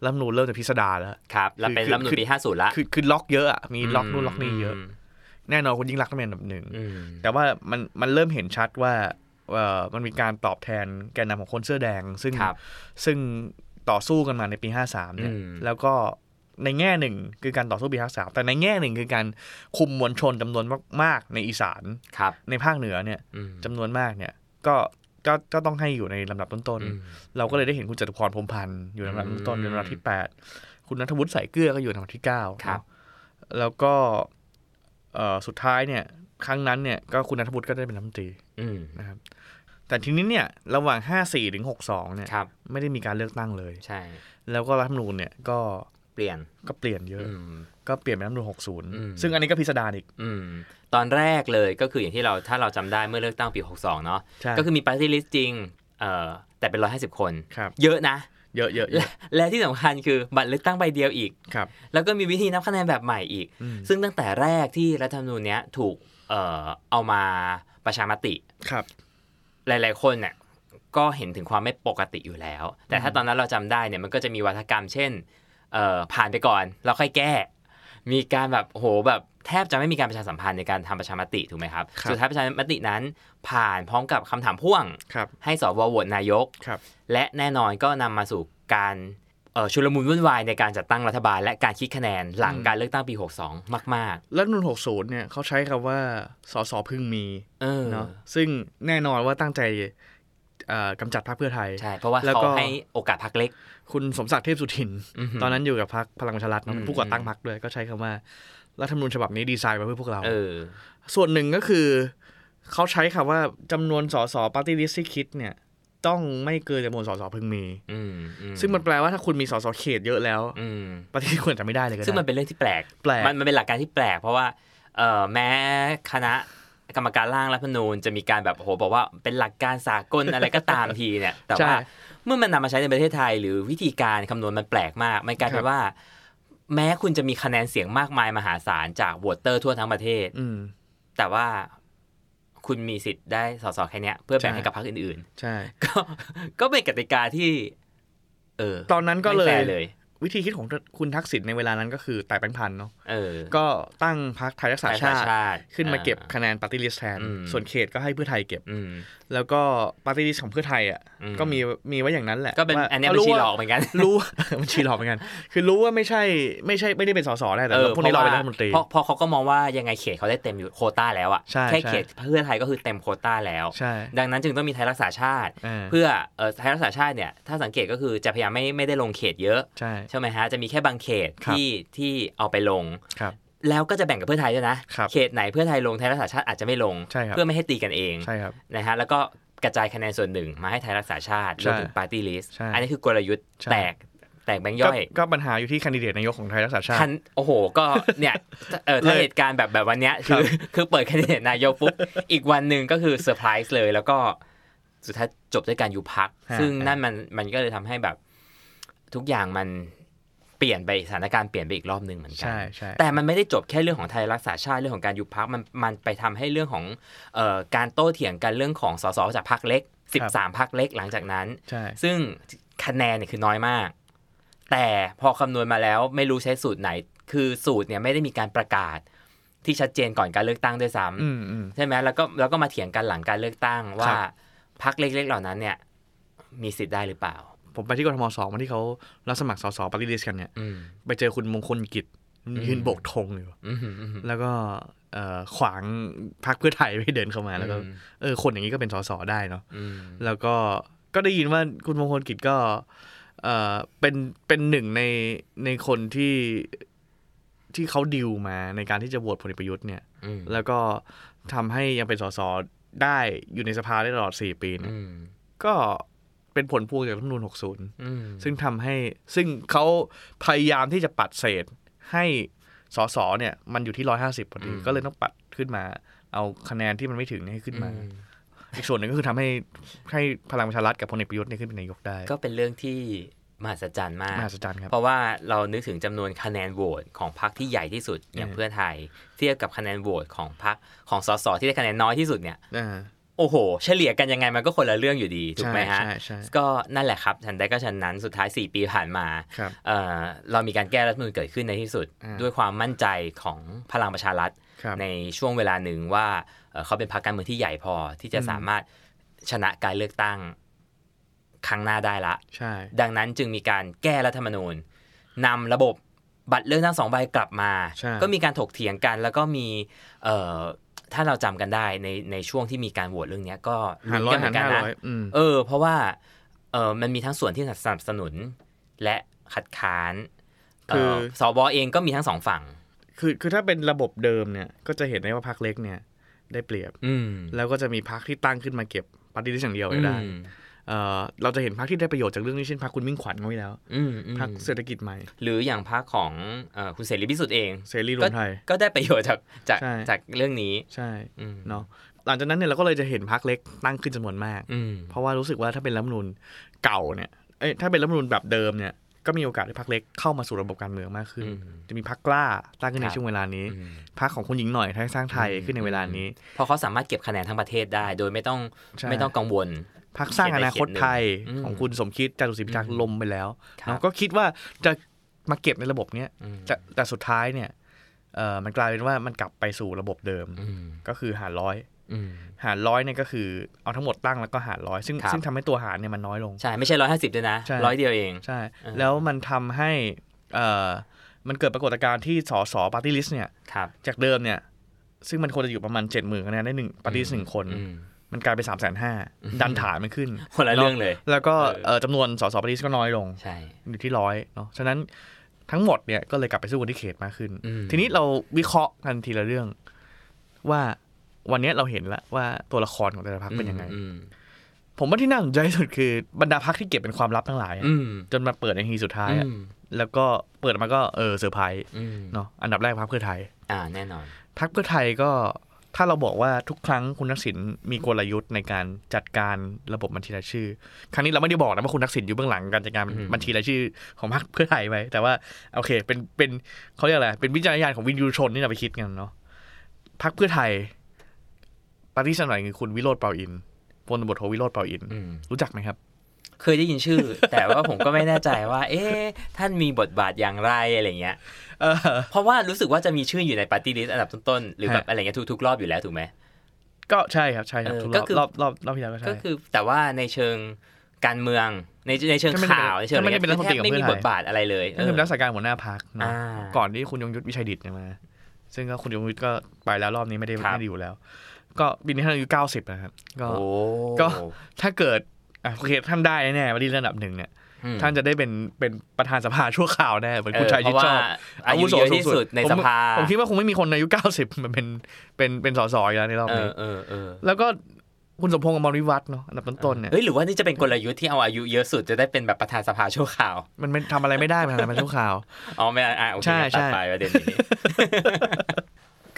Speaker 2: รัฐธรรมนูลเริ่มจะพิสดารแล้ว
Speaker 3: ครับ แล้วเป็น
Speaker 2: คือ
Speaker 3: รัฐมนุน
Speaker 2: คือ
Speaker 3: ปีห้าศูนย์ละ
Speaker 2: คือคือล็อกเยอะอะมีล็อกนู่นล็อกนี่เยอะ
Speaker 3: ม
Speaker 2: แน่นอนคุณยิ่งรักษณ์ต้องเป็นอันดับหนึ่ง
Speaker 3: อืม
Speaker 2: แต่ว่ามันมันเริ่มเห็นชัดว่าเอ่อมันมีการตอบแทนแกนนำของคนเสื้อแดง ซึ่ง
Speaker 3: ครับ
Speaker 2: ซึ่งต่อสู้กันมาในปี 53เนี่ย
Speaker 3: อืม
Speaker 2: แล้วก็ในแง่หนึ่งคือการต่อสู้ปี 53 แต่ในแง่หนึ่งคือการคุมมวลชนจำนวนมากๆ ในอีสาน
Speaker 3: ครับ
Speaker 2: ในภาคเหนือเนี่ย
Speaker 3: อืม
Speaker 2: จำนวนมากเนี่ยก็ก็ก็ต้องให้อยู่ในลำดับต้น
Speaker 3: อืม
Speaker 2: ๆ เราก็เลยได้เห็นคุณจตุพรพรหมพันธ์อยู่ในลำดับต้นๆอยู่ในลำดับที่
Speaker 3: อืม
Speaker 2: 8 คุณนัทวุฒิสายเกลือก็อยู่ในลำดับที่เก้า
Speaker 3: ครับ
Speaker 2: เนาะแล้วก็เอ่อสุดท้ายเนี่ยครั้งนั้นเนี่ยก็คุณนัทวุฒิก็ได้เป็นรัฐมนตรี
Speaker 3: อืม
Speaker 2: นะครับแต่ทีนี้เนี่ยระหว่าง 54ถึง62เนี่ย
Speaker 3: ครับ
Speaker 2: ไม่ได้มีการเลือกตั้งเลย
Speaker 3: ใช่
Speaker 2: แล้วก็รัฐธรรมนูญเนี่ยก็
Speaker 3: เปลี่ยน
Speaker 2: ก็เปลี่ยนเยอะ
Speaker 3: อืม
Speaker 2: ก็เปลี่ยนเป็นรัฐธรรมนูญ
Speaker 3: อืม
Speaker 2: 60 ซึ่งอันนี้ก็พิสดารอีก
Speaker 3: อืมตอนแรกเลยก็คืออย่างที่เราถ้าเราจำได้เมื่อเลือกตั้งปี 62 เนาะ
Speaker 2: ใช่
Speaker 3: ก็คือมีปาร์ตี้ลิสต์จริงเอ่อแต่เป็น 150 คน
Speaker 2: ครับ
Speaker 3: เยอะนะ
Speaker 2: เยอะเยอะเย
Speaker 3: และ
Speaker 2: อะ
Speaker 3: และที่สำคัญคือบัตรเลือกตั้งใบเดียวอีก
Speaker 2: ครับ
Speaker 3: แล้วก็มีวิธีนับคะแนนแบบใหม่อีก
Speaker 2: อืม
Speaker 3: ซึ่งตั้งแต่แรกที่รัฐธรรมนูญเนี้ยถูกเอ่อเอามาประชามติ
Speaker 2: ครับ
Speaker 3: หลาย ๆ คนเนี่ยก็เห็นถึงความไม่ปกติอยู่แล้ว แต่ถ้าตอนนั้นเราจำได้เนี่ยมันก็จะมีวัฒกรรม เช่นเอ่อผ่านไปก่อนเราค่อยแก้ มีการแบบโหแบบแทบจะไม่มีการประชาสัมพันธ์ในการทำประชามติถูกไหมครับ
Speaker 2: ครับ
Speaker 3: สุดท้ายประชามตินั้นผ่านพร้อมกับคำถามพ่วง
Speaker 2: ครับ
Speaker 3: ให้สวโหวตนายก
Speaker 2: ครับ
Speaker 3: และแน่นอนก็นำมาสู่การเอ่อชุลมุนวุ่นวายในการจัดตั้งรัฐบาล และการคิดคะแนนหลังการเลือกตั้งปี 62 มาก
Speaker 2: รัฐธรรมนูญ60เนี่ยเขาใช้คำว่าสสพึงมี
Speaker 3: ๆเออ
Speaker 2: เนาะซึ่งแน่นอนว่าตั้งใจเอ่อกำจัดพรรคเพื่อไทย
Speaker 3: ใช่ เพราะว่า
Speaker 2: แล้ว
Speaker 3: เขา
Speaker 2: ก็
Speaker 3: ให้โอกาสพักเล็ก
Speaker 2: คุณสมศักดิ์เทพสุทิน
Speaker 3: อือหือ
Speaker 2: ตอนนั้นอยู่กับพรรคพลังประชารัฐเนอะ
Speaker 3: อืม
Speaker 2: เป็นผู้ก่อตั้งพรรคด้วยก็ใช้คำว่ารัฐธรรมนูญฉบับนี้ดีไซน์มาเพื่อพวกเรา
Speaker 3: เออ
Speaker 2: ส่วนหนึ่งก็คือ เขาใช้คำว่าจำนวนสสปาร์ตี้ลิสที่คิดเนี่ย ต้องไม่เกินจำนวนสสพึงมี
Speaker 3: อืมอื
Speaker 2: ซึ่งมันแปลว่าถ้าคุณมีสสเขตเยอะแล้ว
Speaker 3: อืม
Speaker 2: ปาร์ตี้ลิสต์ควรจะไม่ได้เลยก็ได้
Speaker 3: ซึ่งมันเป็นเรื่องที่แปลก
Speaker 2: แปลก
Speaker 3: มันมันเป็นหลักการที่แปลก เพราะว่าเอ่อแม้คณะ กรรมการร่างรัฐธรรมนูญจะมีการแบบโอ้โหบอกว่าเป็นหลักการสากลอะไรก็ตามที เนี่ย แต่ว่า
Speaker 2: ใช่
Speaker 3: เมื่อมันนำมาใช้ในประเทศไทย หรือวิธีการคำนวณมันแปลกมาก มันกลายเป็นว่า แม้คุณจะมีคะแนนเสียงมากมายมหาศาลจากวอเตอร์ทั่วทั้งประเทศ
Speaker 2: อืม
Speaker 3: แต่ว่าคุณมีสิทธิ์ได้สสแค่เนี้ยเพื่อแบ่ง
Speaker 2: ใช่
Speaker 3: ให้กับพรรคอื่น
Speaker 2: ใช่
Speaker 3: ๆ ก็ก็เป็นกติกาที่ เออ
Speaker 2: ตอนนั้นก็
Speaker 3: ไม่
Speaker 2: เล
Speaker 3: แฟ
Speaker 2: ย
Speaker 3: ร์เลย
Speaker 2: วิธีคิดของคุณทักษิณในเวลานั้นก็คือแตกแบงค์พันธุ์เนาะ
Speaker 3: เออ
Speaker 2: ก็ตั้งพรรคไทยรักษาชาติ
Speaker 3: ติ
Speaker 2: ขึ้นมาเก็บคะแนนปาร์ตี้ลิสแทน
Speaker 3: อืม
Speaker 2: ส่วนเขตก็ให้เพื่อไทยเก็บ
Speaker 3: อืม
Speaker 2: แล้วก็ปาร์ตี้ลิสของเพื่อไทยอ่ะ
Speaker 3: อืม
Speaker 2: ก็มีมีไว้อย่างนั้นแหละ
Speaker 3: ก็เป็นอันเนี้ย
Speaker 2: ว่าา
Speaker 3: เป็น
Speaker 2: รู้
Speaker 3: ชี
Speaker 2: ว่า
Speaker 3: หลอกเหมือนกัน
Speaker 2: รู้ มันชีหลอกเหมือนกัน คือรู้ว่าไม่ใช่ไม่ใช่ไม่ได้เป็นสสแน่แต่ว่าพวกนี้เราเป็นรัฐมนตรี
Speaker 3: เพราะเพราะเขาก็มองว่ายังไงเขตเขาได้เต็มอยู่โควต้าแล้วอะ
Speaker 2: ใช่
Speaker 3: แค่
Speaker 2: ใช่
Speaker 3: เขตเพื่อไทยก็คือเต็มโควต้าแล้ว
Speaker 2: ใช่
Speaker 3: ดังนั้นจึงต้องมีไทยรักษาชาติ
Speaker 2: อ่า
Speaker 3: เพื่อเอ่อไทยรักษาชาติเนี่ยถ้าสังเกตก็คือจะพยายามไม่ไม่ได้ลงเขตเยอะ
Speaker 2: ใช่
Speaker 3: ใช่ไหมฮะจะมีแค่บางเขต
Speaker 2: ครับ
Speaker 3: ที่ที่เอาไปลง
Speaker 2: ครับ
Speaker 3: แล้วก็จะแบ่งกับเพื่อไทยด้วยนะครับ เขตไหนเพื่อไทยลงไทยรักษาชาติอาจจะไม่ลง
Speaker 2: ใช่ครับ
Speaker 3: เพื่อไม่ให้ตีกันเอง
Speaker 2: ใช่ครับ
Speaker 3: นะฮะแล้วก็กระจายคะแนนส่วนหนึ่งมาให้ไทยรักษาชาติรวมถึงปาร์ตี้ลิสต์
Speaker 2: ใช่
Speaker 3: อันนี้คือกลยุทธ์
Speaker 2: ใช่
Speaker 3: แตกแตกแบงค์ย่อย
Speaker 2: ก็ก็ปัญหาอยู่ที่แคนดิเดตนายกของไทยรักษาชาติ
Speaker 3: คันโอ้โห ก็เนี่ยเอ อถ้า
Speaker 2: เลย
Speaker 3: เหตุการณ์แบบแบบวันเนี้ยคือคือเปิดแคนดิเดตนายกปุ๊บ อีกวันหนึ่งก็คือเซอร์ไพรส์เลย แล้วก็สุดท้ายจบด้วยการยุบพัก
Speaker 2: ฮะ
Speaker 3: ซึ่งนั่นมันมันก็เลยทำให้แบบทุกอย่างมันเปลี่ยนไปสถานการณ์เปลี่ยนไปอีกรอบหนึ่งเหมือนกั
Speaker 2: ใช่ใช่
Speaker 3: แต่มันไม่ได้จบแค่เรื่องของไทยรักษาชาติเรื่องของการยุบพักมันมันไปทำให้เรื่องของเอ่อการโต้เถียงกันเรื่องของสสจากพักเล็ก 13พักเล็กหลังจากนั้น
Speaker 2: ใช่
Speaker 3: ซึ่งคะแนนเนี่ยคือน้อยมาก แต่พอคำนวณมาแล้วไม่รู้ใช้สูตรไหน คือสูตรเนี่ยไม่ได้มีการประกาศที่ชัดเจนก่อนการเลือกตั้งด้วยซ้
Speaker 2: อืมอืม
Speaker 3: ำใช่ไหมแล้วก็แล้วก็มาเถียงกันหลังการเลือกตั้ง
Speaker 2: ค
Speaker 3: ว่า
Speaker 2: รับ
Speaker 3: พักเล็กๆ เหล่านั้นเนี่ย มีสิทธิ์ได้หรือเปล่า
Speaker 2: ผมไปที่กทมสองวันที่เขารับสมัครสสปาร์ตี้ลิสกันเนี่ย
Speaker 3: อืม
Speaker 2: ไปเจอคุณมงคลกิจยืนโบกธงอยู่
Speaker 3: อืมอืมอืม
Speaker 2: แล้วก็เอ่อขวางพรรคเพื่อไทยไม่เดินเข้ามาแล้วก็เออคนอย่างนี้ก็เป็นสสได้เนาะ
Speaker 3: อืม
Speaker 2: แล้วก็ก็ได้ยินว่าคุณมงคลกิจก็เอ่อเป็นเป็นหนึ่งในในคนที่ที่เขาดิวมาในการที่จะโหวตพลเอกประยุทธ์เนี่ย
Speaker 3: อืม
Speaker 2: แล้วก็ทำให้ยังเป็นสสได้อยู่ในสภาได้ตลอด 4 ปีเนย
Speaker 3: อืม
Speaker 2: ก็เป็นผลพวงจากรัฐธรรมนูญ60
Speaker 3: อืม
Speaker 2: ซึ่งทำให้ซึ่งเขาพยายามที่จะปัดเศษให้สสเนี่ย มันอยู่ที่ร้อยห้าสิบพอดีก็เลยต้องปัดขึ้นมา เอาคะแนนที่มันไม่ถึงเนี่ยให้ขึ้นมา
Speaker 3: อืม
Speaker 2: อีกส่วนหนึ่งก็คือทำให้ให้พลังประชารัฐกับพลเอกประยุทธ์เนี่ยขึ้นเป็นนายกได้
Speaker 3: ก็เป็นเรื่องที่มหัศจรรย์มาก
Speaker 2: มหัศจรรย์ครับ
Speaker 3: เพราะว่าเรานึกถึงจำนวนคะแนนโหวตของพรรคที่ใหญ่ที่สุดอย่าง
Speaker 2: อืม
Speaker 3: เพื่อไทย เทียบกับคะแนนโหวตของพรรคของสสที่ได้คะแนนน้อยที่สุดเนี่ย
Speaker 2: อ่า
Speaker 3: โอ้โห เฉลี่ยกันยังไงมันก็คนละเรื่องอยู่ดีถูกไหมฮะ
Speaker 2: ใช่ใช่ใช่
Speaker 3: ก็นั่นแหละครับฉันได้ก็ฉันนั้นสุดท้าย 4 ปีผ่านมา
Speaker 2: ครับ
Speaker 3: เอ่อเรามีการแก้รัฐธรรมนูญเกิดขึ้นในที่สุด
Speaker 2: อ่า
Speaker 3: ด้วยความมั่นใจของพลังประชารัฐ
Speaker 2: ครับ
Speaker 3: ในช่วงเวลาหนึ่งว่าเอ่อเขาเป็นพรรคการเมืองที่ใหญ่พอที่จะ
Speaker 2: อืม
Speaker 3: สามารถชนะการเลือกตั้งครั้งหน้าได้ละ
Speaker 2: ใช่
Speaker 3: ดังนั้นจึงมีการแก้รัฐธรรมนูญนำระบบบัตรเลือกตั้งสองใบกลับมา
Speaker 2: ใช่
Speaker 3: ก็มีการถกเถียงกัน แล้วก็มีเอ่อถ้าเราจำกันได้ในในช่วงที่มีการโหวตเรื่องเนี้ยก็
Speaker 2: หารร้อ
Speaker 3: กั
Speaker 2: ยหาร
Speaker 3: เมืกั
Speaker 2: ห้า
Speaker 3: นะ
Speaker 2: ร้อยอืม
Speaker 3: เออ เพราะว่าเออมันมีทั้งส่วนที่สนับสนุนและขัดค้านเอ่อสวเองก็มีทั้งสองฝั่ง
Speaker 2: คือคือถ้าเป็นระบบเดิมเนี่ย ก็จะเห็นได้ว่าพรรคเล็กเนี่ย ได้เปรียบ
Speaker 3: อืม
Speaker 2: แล้วก็จะมีพรรคที่ตั้งขึ้นมาเก็บปฏิริษีอย่างเดียวไม่ได้
Speaker 3: อืม
Speaker 2: เอ่อเราจะเห็นพรรคที่ได้ประโยชน์จากเรื่องนี้เช่นพรรคคุณมิ่งขวัญเขาไปแล้ว
Speaker 3: อืมอืม
Speaker 2: พรรคเศรษฐกิจใหม่
Speaker 3: หรืออย่างพรรคของเอ่อคุณเสรีพิสุทธิ์เอง
Speaker 2: เสรีรวมไทย
Speaker 3: ก็ได้ประโยชน์จากจาก
Speaker 2: ใช่
Speaker 3: จากเรื่องนี้
Speaker 2: ใช่
Speaker 3: อืม
Speaker 2: เนาะหลังจากนั้นเนี่ยเราก็เลยจะเห็นพรรคเล็กตั้งขึ้นจำนวนมาก
Speaker 3: อืม
Speaker 2: เพราะว่ารู้สึกว่าถ้าเป็นรัฐธรรมนูญเก่าเนี่ยเอ้ยถ้าเป็นรัฐธรรมนูญแบบเดิมเนี่ยก็มีโอกาสให้พรรคเล็กเข้ามาสู่ระบบการเมืองมากขึ้น
Speaker 3: อืม
Speaker 2: จะมีพรรคกล้าตั้งขึ้น
Speaker 3: ค
Speaker 2: ใน
Speaker 3: รับ
Speaker 2: ช่วงเวลานี้
Speaker 3: อืม
Speaker 2: พรรคของคุณหญิงหน่อยไทยสร้างไทยขึ้นในเวลานี้
Speaker 3: เพราะเขาสามารถเก็บคะแนนทั้งประเทศได้โดยไม่ต้อง
Speaker 2: ใช่
Speaker 3: ไม่ต้องกังวล
Speaker 2: พรรคสร้างอนาคตไทย
Speaker 3: อืม
Speaker 2: ของคุณสมคิดจารุศิลป์จักร
Speaker 3: อืม
Speaker 2: ลมไปแล้ว
Speaker 3: ครับ
Speaker 2: เนาะก็คิดว่าจะมาเก็บในระบบเนี้ย
Speaker 3: อืม
Speaker 2: แต่แต่สุดท้ายเนี่ยเอ่อมันกลายเป็นว่ามันกลับไปสู่ระบบเดิม
Speaker 3: อืม
Speaker 2: ก็คือหารร้อย
Speaker 3: อืม
Speaker 2: หารร้อยเนี่ยก็คือเอาทั้งหมดตั้งแล้วก็หารร้อยซึ่ง
Speaker 3: ครับ
Speaker 2: ซึ่งทำให้ตัวหารเนี่ยมันน้อยลง
Speaker 3: ใช่ ไม่ใช่ร้อยห้าสิบด้วยนะ
Speaker 2: ใช่
Speaker 3: ร้อยเดียวเอง
Speaker 2: ใช่
Speaker 3: อ่า
Speaker 2: แล้วมันทำให้เอ่อมันเกิดปรากฏการณ์ที่สสปาร์ตี้ลิสเนี่ย
Speaker 3: ครับ
Speaker 2: จากเดิมเนี่ย ซึ่งมันควรจะอยู่ประมาณ 7 0 0 0 0คะแนนได้หนึ่งปาร์ตี้ลิสหนึ่งคน
Speaker 3: อืม
Speaker 2: มันกลายเป็น3ามแสนห้าดันฐานมันขึ้น
Speaker 3: คนละเรื่องเลย
Speaker 2: แล้วก็
Speaker 3: เออ
Speaker 2: เอ่อจำนวนสสปาร์ตี้ลิสก็น้อยลง
Speaker 3: ใช่
Speaker 2: อยู่ที่ร้อยเนาะฉะนั้นทั้งหมดเนี่ยก็เลยกลับไปสู้กันที่เขตมากขึ้น
Speaker 3: อืม
Speaker 2: ทีนี้เราวิเคราะห์กันทีละเรื่อง ว่าวันเนี้ยเราเห็นละว่าตัวละครของแต่ละพรรคเป็นยังไง
Speaker 3: อืม
Speaker 2: ผมว่าที่น่าสนใจที่สุดคือบรรดาพรรคที่เก็บเป็นความลับทั้งหลายอะ
Speaker 3: อืม
Speaker 2: จนมาเปิดในทีสุดท้าย
Speaker 3: อื
Speaker 2: อะ
Speaker 3: ม
Speaker 2: แล้วก็เปิดออกมาก็เออเซอร์ไพรส์
Speaker 3: อืม
Speaker 2: เนาะอันดับแรกพรรคเพื่อไทย
Speaker 3: อ่าแน่นอน
Speaker 2: พรรคเพื่อไทยก็ ถ้าเราบอกว่าทุกครั้งคุณทักษิณมีกลยุทธ์ในการจัดการระบบบัญชีรายชื่อ ครั้งนี้เราไม่ได้บอกนะว่าคุณทักษิณอยู่เบื้องหลังการจัดการ
Speaker 3: อืม
Speaker 2: บัญชีรายชื่อของพรรคเพื่อไทยไว้แต่ว่าโอเค เป็นเป็นเขาเรียกอะไรเป็นวิจารณญาณของวินยูชนที่เราไปคิดกันเนาะพรรคเพื่อไทยปาร์ตี้สนหน่อยคือคุณวิโรธเปาอินทร์พลตำรวจโทวิโรธเปาอินทร์
Speaker 3: อืม
Speaker 2: รู้จักไหมครับ
Speaker 3: เคยได้ยินชื่อ แต่ว่าผมก็ไม่แน่ใจว่า เอ๊ะท่านมีบทบาทอย่างไรอะไรเงี้ย
Speaker 2: เออ
Speaker 3: เพราะว่ารู้สึกว่าจะมีชื่ออยู่ในปาร์ตี้ลิสต์อันดับต้นๆ หรือแบบ
Speaker 2: ฮะ
Speaker 3: อะไรเงี้ยทุกๆรอบอยู่แล้วถูกไหม
Speaker 2: ก็ใช่ครับใช่ครับ
Speaker 3: เออ
Speaker 2: ทุก
Speaker 3: ก็
Speaker 2: รอบ
Speaker 3: คือ
Speaker 2: รอบรอบรอบที่แล้วก็ใช่
Speaker 3: ก็คือแต่ว่าในเชิงการเมืองในในเชิง
Speaker 2: ก็ไม่ได้
Speaker 3: ข่าวในเชิงอะไรเงี้ย
Speaker 2: ก็ไม่ได้เป็นรัฐมนตรีของ
Speaker 3: ไม่
Speaker 2: เพื่
Speaker 3: มี
Speaker 2: อไทย
Speaker 3: บทบาทอะไรเลย
Speaker 2: นั่นคือ
Speaker 3: เออ
Speaker 2: รักษาการหัวหน้าพัก
Speaker 3: อ่า
Speaker 2: เนาะก่อนที่คุณยงยุทธวิชัยดิตจะมา ซึ่งก็คุณยงยุทธก็ไปแล้วรอบนี้ไม่ได้
Speaker 3: ครับ
Speaker 2: ไม่ได้อยู่แล้ว ก็ปีนี้ท่านอายุเก้าสิบนะครับก็
Speaker 3: โอ้
Speaker 2: ก็ ถ้าเกิดอ่ะโอเคท่านได้แน่ๆวันนี้ระดับหนึ่งเนี่ย
Speaker 3: อืม
Speaker 2: ท่านจะได้เป็นเป็นประธานสภาชั่วคราวแน่เหมือน
Speaker 3: เอ
Speaker 2: คุณ
Speaker 3: อ
Speaker 2: ชาย
Speaker 3: เพ
Speaker 2: ชิด
Speaker 3: ราะ
Speaker 2: ช
Speaker 3: ว่า
Speaker 2: อบ
Speaker 3: อา
Speaker 2: อา
Speaker 3: ยุ
Speaker 2: วุโส
Speaker 3: เยอะ
Speaker 2: สูง
Speaker 3: ที่
Speaker 2: สุด
Speaker 3: สุดในสภา
Speaker 2: ผมคิดว่าคงไม่มีคนอายุเก้าสิบมันเป็นเป็นเป็นสสอยู่แล้วในรอบ
Speaker 3: เอ
Speaker 2: นี้
Speaker 3: อเออเออ
Speaker 2: แล้วก็คุณสมพงษ์อมรวิวัฒน์เนาะอันดับต้นๆเนี่ย
Speaker 3: เฮ้ยหรือว่านี่จะเป็นกลยุทธ์ที่เอาอายุเยอะสุดจะได้เป็นแบบประธานสภาชั่วคราว
Speaker 2: มันไม่ทำอะไรไม่ได้ มันทำอะไรชั่วคราว
Speaker 3: อ๋อไม่อ่ะโอเค
Speaker 2: ใช่
Speaker 3: ตัด
Speaker 2: ใช่
Speaker 3: ไปประเด็นนี้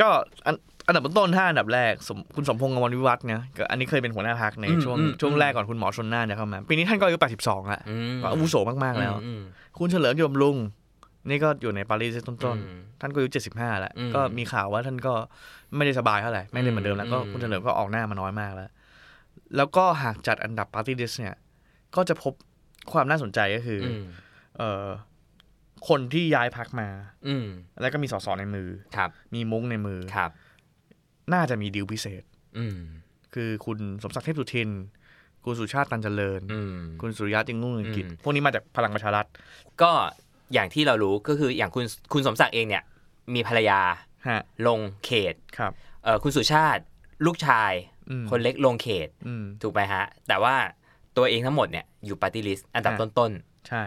Speaker 2: ก็อันอันดับต้นๆห้าอันดับแรกสมคุณสมพงษ์กมลวิวัฒน์เนี่ยก็อันนี้เคยเป็นหัวหน้าพักใน
Speaker 3: อืม
Speaker 2: ช่วง
Speaker 3: อืม
Speaker 2: ช่วงแรกก่อนคุณหมอชนน่านเนี่ยเข้ามา ปีนี้ท่านก็อายุ 82ละ
Speaker 3: อืม
Speaker 2: ก็อาวุโสมากๆแล้ว
Speaker 3: อืม
Speaker 2: คุณเฉลิมยมลุง นี่ก็อยู่ในปารีสต้น
Speaker 3: อืม
Speaker 2: ๆ ท่านก็อายุ 75แล้ว
Speaker 3: อืม
Speaker 2: ก็มีข่าวว่าท่านก็ไม่ได้สบายเท่าไหร่ ไม่ได้เหมือนเดิมแล้วก็
Speaker 3: อืม
Speaker 2: คุณเฉลิมก็ออกหน้ามาน้อยมากแล้ว แล้วก็หากจัดอันดับปาร์ตี้ดิสเนี่ยก็จะพบความน่าสนใจก็คืออ
Speaker 3: อืม
Speaker 2: เอ่อคนที่ย้ายพักมา
Speaker 3: อืม
Speaker 2: แล้วก็มีสสในมือ
Speaker 3: ครับ
Speaker 2: มีมุ้งในมือ
Speaker 3: ครับ
Speaker 2: น่าจะมีดีลพิเศษ
Speaker 3: อืม
Speaker 2: คือคุณสมศักดิ์เทพสุทิน คุณสุชาติตันเจริญ
Speaker 3: อืม
Speaker 2: คุณสุริยะจึงรุ่งเรืองกิจ
Speaker 3: อืม
Speaker 2: พวกนี้มาจากพลังประชารัฐ
Speaker 3: ก็อย่างที่เรารู้ก็คืออย่างคุณคุณสมศักดิ์เองเนี่ย มีภรรยา
Speaker 2: ฮะ
Speaker 3: ลงเขต
Speaker 2: ครับ
Speaker 3: เอ่อคุณสุชาติลูกชาย
Speaker 2: อืม
Speaker 3: คนเล็กลงเขต
Speaker 2: อืม
Speaker 3: ถูกไหมฮะ แต่ว่าตัวเองทั้งหมดเนี่ย อยู่ปาร์ตี้ลิสต์อันดับ
Speaker 2: อ่ะ
Speaker 3: ต้น
Speaker 2: ใช่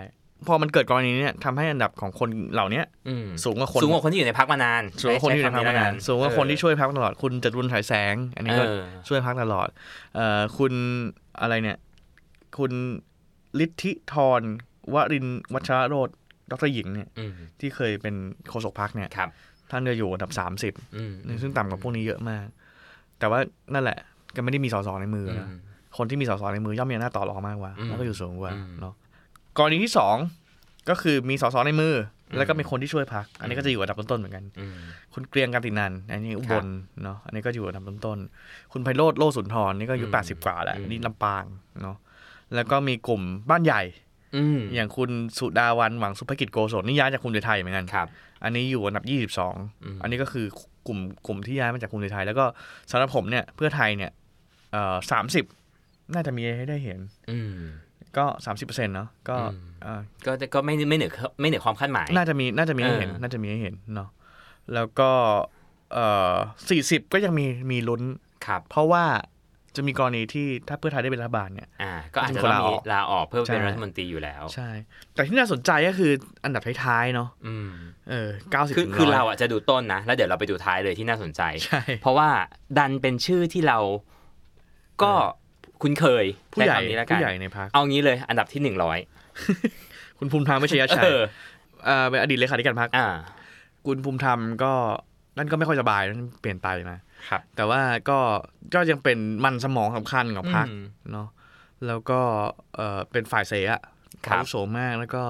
Speaker 2: พอมันเกิดกรณีนี้เนี่ยทำให้อันดับของคนเหล่าเนี้ย
Speaker 3: ๆอืม
Speaker 2: สูงกว่าคน
Speaker 3: สูงกว่าคนที่อยู่ในพักมานาน
Speaker 2: สูงกว่าคนที่อยู่ในพักมานาน สูงกว่าคนที่
Speaker 3: ใช้
Speaker 2: ช่วยพักตลอด คุณจตุรนฉายแสง อันนี้
Speaker 3: คำ
Speaker 2: ก็
Speaker 3: เออ
Speaker 2: ช่วยพักตลอด เอ่อ คุณอะไรเนี่ย คุณฤทธิธรวรินทร์วัชรโรธดรหญิงเนี่ย
Speaker 3: อืม
Speaker 2: ที่เคยเป็นโฆษกพักเนี่ย
Speaker 3: ครับ
Speaker 2: ท่านจะอยู่อันดับสามสิบ
Speaker 3: อืม
Speaker 2: ซึ่งต่ำกว่าพวกนี้เยอะมาก แต่ว่านั่นแหละ ก็ไม่ได้มีสสในมือ
Speaker 3: อื
Speaker 2: อ
Speaker 3: ม
Speaker 2: นะคนที่มีสสในมือย่อมมีหน้าจต่อรองมากกว่า
Speaker 3: อืม
Speaker 2: แล้วก็อยู่สูงกว่า
Speaker 3: อืม
Speaker 2: เนาะ กรณีที่สองก็คือมีสสในมืออ
Speaker 3: ม
Speaker 2: แล้วก็เป็นคนที่ช่วยพัก อันนี้
Speaker 3: อื
Speaker 2: ก็
Speaker 3: ม
Speaker 2: จะอยู่อันดับต้นๆเหมือนกัน
Speaker 3: อืม
Speaker 2: คุณเกรียงการตินัน อันนี้อุบลเนาะ อันนี้ก็อยู่อันดับต้นๆ คุณไพโรธโลสุนทรนี่ก็อายุ
Speaker 3: อืม
Speaker 2: แปดสิบกว่าแล้ว
Speaker 3: อืม
Speaker 2: อันนี่ลำปางเนาะ แล้วก็มีกลุ่มบ้านใหญ่
Speaker 3: อืม
Speaker 2: อย่างคุณสุดาวันหวังสุภกิจโกศลนี่ย้ายจากคุณไทยเหมือนกัน
Speaker 3: ครับ
Speaker 2: อันนี้อยู่อันดับ
Speaker 3: อืม
Speaker 2: 22 อันนี้ก็คือกลุ่มกลุ่มที่ย้ายมาจากภูมิใจไทย แล้วก็สำหรับผมเนี่ยเพื่อไทยเนี่ยเอ่อสามสิบน่าจะมีให้ได้เห็น
Speaker 3: อืม
Speaker 2: ก็สามสิบเปอร์เซ็นต์เนาะก็
Speaker 3: อืม
Speaker 2: เอ่อ
Speaker 3: ก็ก็ไม่ไม่เหนือไม่เหนือความคาดหมาย
Speaker 2: น่าจะมีน่าจะมีให้เห็น
Speaker 3: เออ
Speaker 2: น่าจะมีให้เห็นเนาะแล้วก็เอ่อสี่สิบก็ยังมีมีลุ้น
Speaker 3: ครับ
Speaker 2: เพราะว่าจะมีกรณีที่ถ้าเพื่อไทยได้เป็นรัฐบาลเนี่ย
Speaker 3: อ่า ก็อาจจะ
Speaker 2: คน
Speaker 3: ต้อ
Speaker 2: ลาง อ
Speaker 3: มี
Speaker 2: อก
Speaker 3: ลาออกเพื่อเป็น
Speaker 2: ใช่
Speaker 3: รัฐมนตรีอยู่แล้ว
Speaker 2: ใช่ แต่ที่น่าสนใจก็คืออันดับท้ายๆเนาะ
Speaker 3: อืม
Speaker 2: เออเก้าสิบ
Speaker 3: คือคือเราอ่ะจะดูต้นนะ แล้วเดี๋ยวเราไปดูท้ายเลยที่น่าสนใจ
Speaker 2: ใช่
Speaker 3: เพราะว่าดันเป็นชื่อที่เราก็คุ้นเคย
Speaker 2: ผู้ใหญ่
Speaker 3: ช้คำนี้แล้วกั
Speaker 2: ผู้
Speaker 3: น
Speaker 2: ใหญ่ในพัก
Speaker 3: เอางี้เลยอันดับที่หนึ่งร้อย
Speaker 2: คุณภูมิธรรมวิชยชัย
Speaker 3: เออ
Speaker 2: เอ่อเป็นอดีตเลขาธิการพรรค
Speaker 3: อ่า
Speaker 2: คุณภูมิธรรมก็นั่นก็ไม่ค่อยสบายนั่นเปลี่ยนไปนะครับ แต่ว่าก็ก็ยังเป็นมันสมองสำคัญของพรรค
Speaker 3: อืม
Speaker 2: เนาะแล้วก็เออเป็นฝ่ายเสอะ
Speaker 3: ครับ
Speaker 2: อาวุโสมากแล้วก็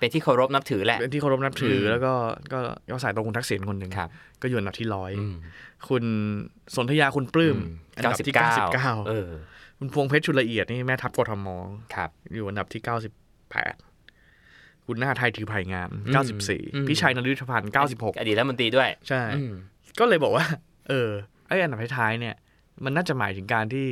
Speaker 3: เป็นที่เคารพนับถือแหละ
Speaker 2: เป็นที่เคารพนับถืออ
Speaker 3: ม
Speaker 2: แล้วก็ก็ยอดสายตรงคุณทักษิณคนหนึ่ง
Speaker 3: ครับ
Speaker 2: ก็อยู่อันดับที่ร้อย
Speaker 3: อืม
Speaker 2: คุณสนธยาคุณปลื้มอัน
Speaker 3: เก้า
Speaker 2: ดับ
Speaker 3: สิบ
Speaker 2: ที่
Speaker 3: เก้า
Speaker 2: เก้าสิบเก้า
Speaker 3: เออ
Speaker 2: คุณพวงเพชรชุลละเอียดนี่แม่ทัพกทม
Speaker 3: ครับ
Speaker 2: อยู่อันดับที่เก้าสิบแปดคุณหน้าไทยถือภัยงาม
Speaker 3: อืม
Speaker 2: เก้าสิบสี่
Speaker 3: อืม
Speaker 2: พิชัยนฤทธพันธ์เก้าสิบหก
Speaker 3: อดีตรัฐมนตรีด้วย
Speaker 2: ใช่
Speaker 3: อืม
Speaker 2: ก็เลยบอกว่า เออไออันดับท้ายๆเนี่ย มันน่าจะหมายถึงการที่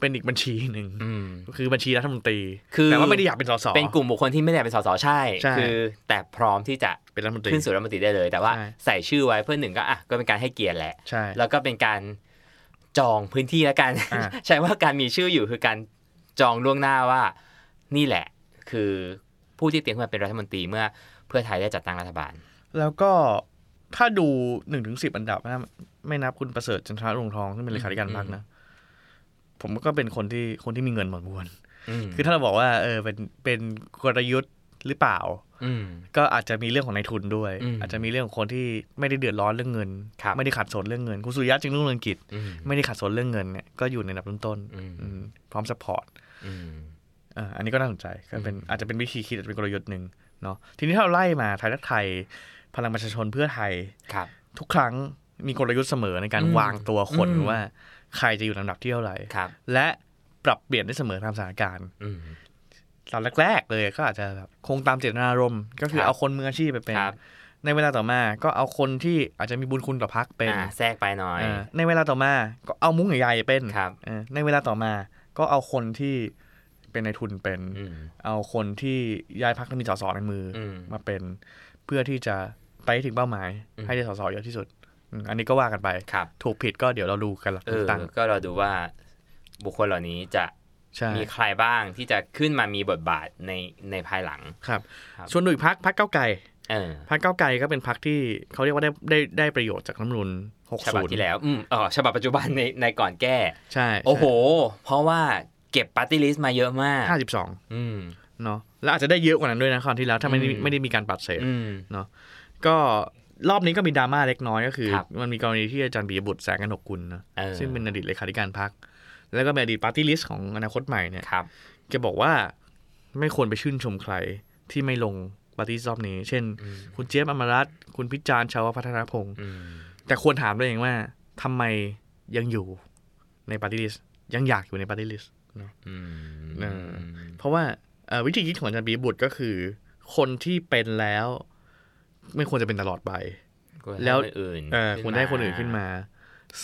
Speaker 2: เป็นอีกบัญชีหนึ่ง
Speaker 3: อืม
Speaker 2: คือบัญชีรัฐมนตรี
Speaker 3: คือ
Speaker 2: แต่ว่าไม่ได้อยากเป็นสส
Speaker 3: เป็นกลุ่มบุคคลที่ไม่ได้เป็นสสใช่
Speaker 2: ใช่
Speaker 3: คือ แต่พร้อมที่จะ
Speaker 2: เป็นรัฐมนตรี
Speaker 3: ขึ้นสู่รัฐมนตรีได้เลย แต่ว่า
Speaker 2: ใช่
Speaker 3: ใส่ชื่อไว้เพื่อหนึ่งก็อ่ะก็เป็นการให้เกียรติแหละ
Speaker 2: ใช่
Speaker 3: แล้วก็เป็นการจองพื้นที่แล้วกัน
Speaker 2: อ่า
Speaker 3: ใช่ว่าการมีชื่ออยู่คือการจองล่วงหน้าว่า นี่แหละ คือผู้ที่เตรียมขึ้นมาเป็นรัฐมนตรีเมื่อเพื่อไทยได้จัดตั้งรัฐบาล
Speaker 2: แล้วก็ถ้าดูหนึ่งถึงสิบอันดับนะไม่นับคุณประเสริฐจันทรารงทองซึ่งเป็นเลขาธิการพรรคนะ ผมก็เป็นคนที่คนที่มีเงินหมดมวน
Speaker 3: อืม
Speaker 2: คือถ้าเราบอกว่าเออเป็นเป็นกลยุทธ์ หรือเปล่า
Speaker 3: อืม
Speaker 2: ก็อาจจะมีเรื่องของนายทุนด้วย
Speaker 3: อืม
Speaker 2: อาจจะมีเรื่องของคนที่ไม่ได้เดือดร้อนเรื่องเงิน
Speaker 3: ครับ
Speaker 2: ไม่ได้ขัดสนเรื่องเงิน คุณสุริยะจึงรุ่งเรืองกิจ
Speaker 3: อืม
Speaker 2: ไม่ได้ขัดสนเรื่องเงินเนี่ยก็อยู่ในระดับต้นๆ
Speaker 3: อืม
Speaker 2: อืมพร้อมสปอร์ต
Speaker 3: อืม
Speaker 2: อ่าอันนี้ก็น่าสนใจก็เป็นอาจจะเป็นวิธีคิดอาจจะเป็นกลยุทธ์หนึ่งเนาะทีนี้ถ้าเราไล่มาไทยรักไทย พลังประชาชนเพื่อไทย
Speaker 3: ครับ
Speaker 2: ทุกครั้งมีกลยุทธ์เสมอในการ
Speaker 3: อืม
Speaker 2: วางตัวคน
Speaker 3: อืม
Speaker 2: ว่าใครจะอยู่ลำดับที่เท่าไหร่
Speaker 3: ครับ
Speaker 2: และปรับเปลี่ยนได้เสมอตามสถานการณ์
Speaker 3: อืม
Speaker 2: ตอนแรกๆเลยก็อาจจะแบบคงตามเจตนารมณ์ก็คือ
Speaker 3: ครับ
Speaker 2: เอาคนมืออาชีพไปเป็น
Speaker 3: ครับ
Speaker 2: ในเวลาต่อมาก็เอาคนที่อาจจะมีบุญคุณต่อพักเป็น
Speaker 3: อ่าแทรกไปหน่อย
Speaker 2: อ่าในเวลาต่อมาก็เอามุ้งใหญ่ๆเป็น
Speaker 3: ครับ
Speaker 2: เออในเวลาต่อมาก็เอาคนที่เป็นในายทุนเป็น
Speaker 3: อืม
Speaker 2: เอาคนที่ย้ายพักที่มีสสในมืออ
Speaker 3: อืม
Speaker 2: มาเป็นเพื่อที่จะไปให้ถึงเป้าหมาย
Speaker 3: อืม
Speaker 2: ให้ได้สสเยอะที่สุดอืมอันนี้ก็ว่ากันไป
Speaker 3: ครับ
Speaker 2: ถูกผิดก็เดี๋ยวเราดูกันหลัง
Speaker 3: เอ
Speaker 2: เลือ
Speaker 3: อ
Speaker 2: กตั้ง
Speaker 3: ก็เราดูว่าบุคคลเหล่านี้จะ
Speaker 2: ใช่
Speaker 3: มีใครบ้างที่จะขึ้นมามีบทบาทในในภายหลัง
Speaker 2: ครับ
Speaker 3: ครับ
Speaker 2: ส่วนหนึ่งพักพักเก้าวไกล
Speaker 3: เออ
Speaker 2: พักเก้าวไกลก็เป็นพักที่เขาเรียกว่าได้ได้ได้ประโยชน์จากรัฐธรรมนูลหก
Speaker 3: ฉบับ
Speaker 2: ศูนย์
Speaker 3: ที่แล้ว อืมเออฉบับปัจจุบันในในก่อนแก้
Speaker 2: ใช่
Speaker 3: โอ้โห เพราะว่าเก็บปาร์ตี้ลิสต์มาเยอะมาก
Speaker 2: ห้าสิบสอง
Speaker 3: อืม
Speaker 2: เนาะแล้วอาจจะได้เยอะกว่านั้นด้วยนะคราวที่แล้วถ้าไม่ได้
Speaker 3: อืม
Speaker 2: ไม่ได้มีการปรับเศษ
Speaker 3: อืม
Speaker 2: ก็รอบนี้ก็มีดราม่าเล็กน้อยก็คือ
Speaker 3: ครับ
Speaker 2: มันมีกรณีที่อาจารย์บียบุตรแสงกนกกุลนะ
Speaker 3: เออ
Speaker 2: ซึ่งเป็นอดีตเลขาธิการพักแล้วก็เป็นอดีตปาร์ตี้ลิสต์ของอนาคตใหม่เนี่ย
Speaker 3: ครับ
Speaker 2: แกบอกว่าไม่ควรไปชื่นชมใครที่ไม่ลงปฏิรอบนี้ เช่น
Speaker 3: อืม
Speaker 2: คุณเจี๊ยบอมรัตน์คุณพิจารณ์ชาวพัฒนพงศ์
Speaker 3: อืม
Speaker 2: แต่ควรถามตัวเองว่าทำไมยังอยู่ในป a r ์ตี้ลิสยังอยากอยู่ในป a r ์ตี้ลิส
Speaker 3: อืม
Speaker 2: เออ เพราะว่าเอ่อวิธีคิดของอาจารย์บีบุตรก็คือ คนที่เป็นแล้ว ไม่ควรจะเป็นตลอดไป แล้ว
Speaker 3: คนอื่น
Speaker 2: เออ
Speaker 3: ขึ้น
Speaker 2: ควรได้คนอื่นขึ้นมา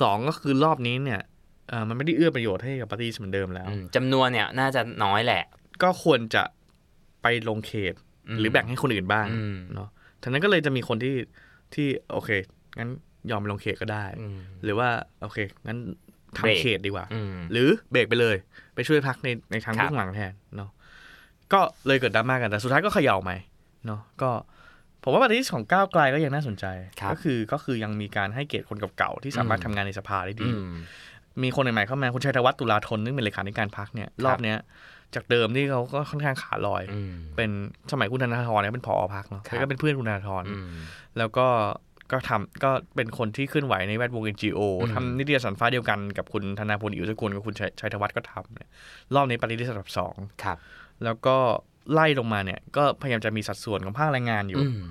Speaker 2: สองก็คือรอบนี้เนี่ยเอ่อมันไม่ได้เอื้อประโยชน์ให้กับปาร์ตี้เหมือนเดิมแล้ว
Speaker 3: อืมจำนวนเนี่ยน่าจะน้อยแหละ
Speaker 2: ก็ควรจะไปลงเขต
Speaker 3: ม
Speaker 2: หรือแบ่งให้คนอื่นบ้าง
Speaker 3: อืม
Speaker 2: เนาะทั้งนั้นก็เลยจะมีคนที่ที่โอเค งั้นยอมไปลงเขตก็ได้
Speaker 3: อืม
Speaker 2: หรือว่าโอเค งั้น
Speaker 3: เบรก
Speaker 2: ทำเขตดีกว่า
Speaker 3: อืม
Speaker 2: หรือเบรกไปเลย ไปช่วยพักในในทาง
Speaker 3: ครับ
Speaker 2: เบื้องหลังแทนเนาะ ก็เลยเกิดดราม่ากัน แต่สุดท้ายก็เขย่าใหม่เนาะ ก็ผมว่าปฏิทินของก้าวไกลก็ยังน่าสนใจ
Speaker 3: ครับ
Speaker 2: ก็คือก็คือยังมีการให้เกียรติคนเก่าๆที่สามารถ
Speaker 3: อืม
Speaker 2: ทำงานในสภาได้
Speaker 3: อื
Speaker 2: ดี
Speaker 3: ม
Speaker 2: มีคนใหม่ๆเข้ามาคุณชัยธวัฒน์ตุลาธนซึ่งเป็นเลขาธิการพักเนี่ย รอบเนี้ย จากเดิมที่เขาก็ค่อนข้างขาลอย
Speaker 3: อืม
Speaker 2: เป็นสมัยคุณธนาธรเนี่ยเป็นผอพักเนาะ
Speaker 3: ครับ
Speaker 2: แล้วก็เป็นเพื่อนคุณธนาธร
Speaker 3: อืม
Speaker 2: แล้วก็ก็ทำก็เป็นคนที่เคลื่อนไหวในแวดวง NGO
Speaker 3: อืม
Speaker 2: ทำนิตยสารฟ้าเดียวกันกับคุณธนาพลอิ๋วสกุลกับคุณชัยชัยธวัฒน์ก็ทำเนี่ยรอบนี้ปฏิริษีอันดับสอง
Speaker 3: ครับ
Speaker 2: แล้วก็ไล่ลงมาเนี่ย ก็พยายามจะมีสัดส่วนของภาคแรงงานอยู่
Speaker 3: อืม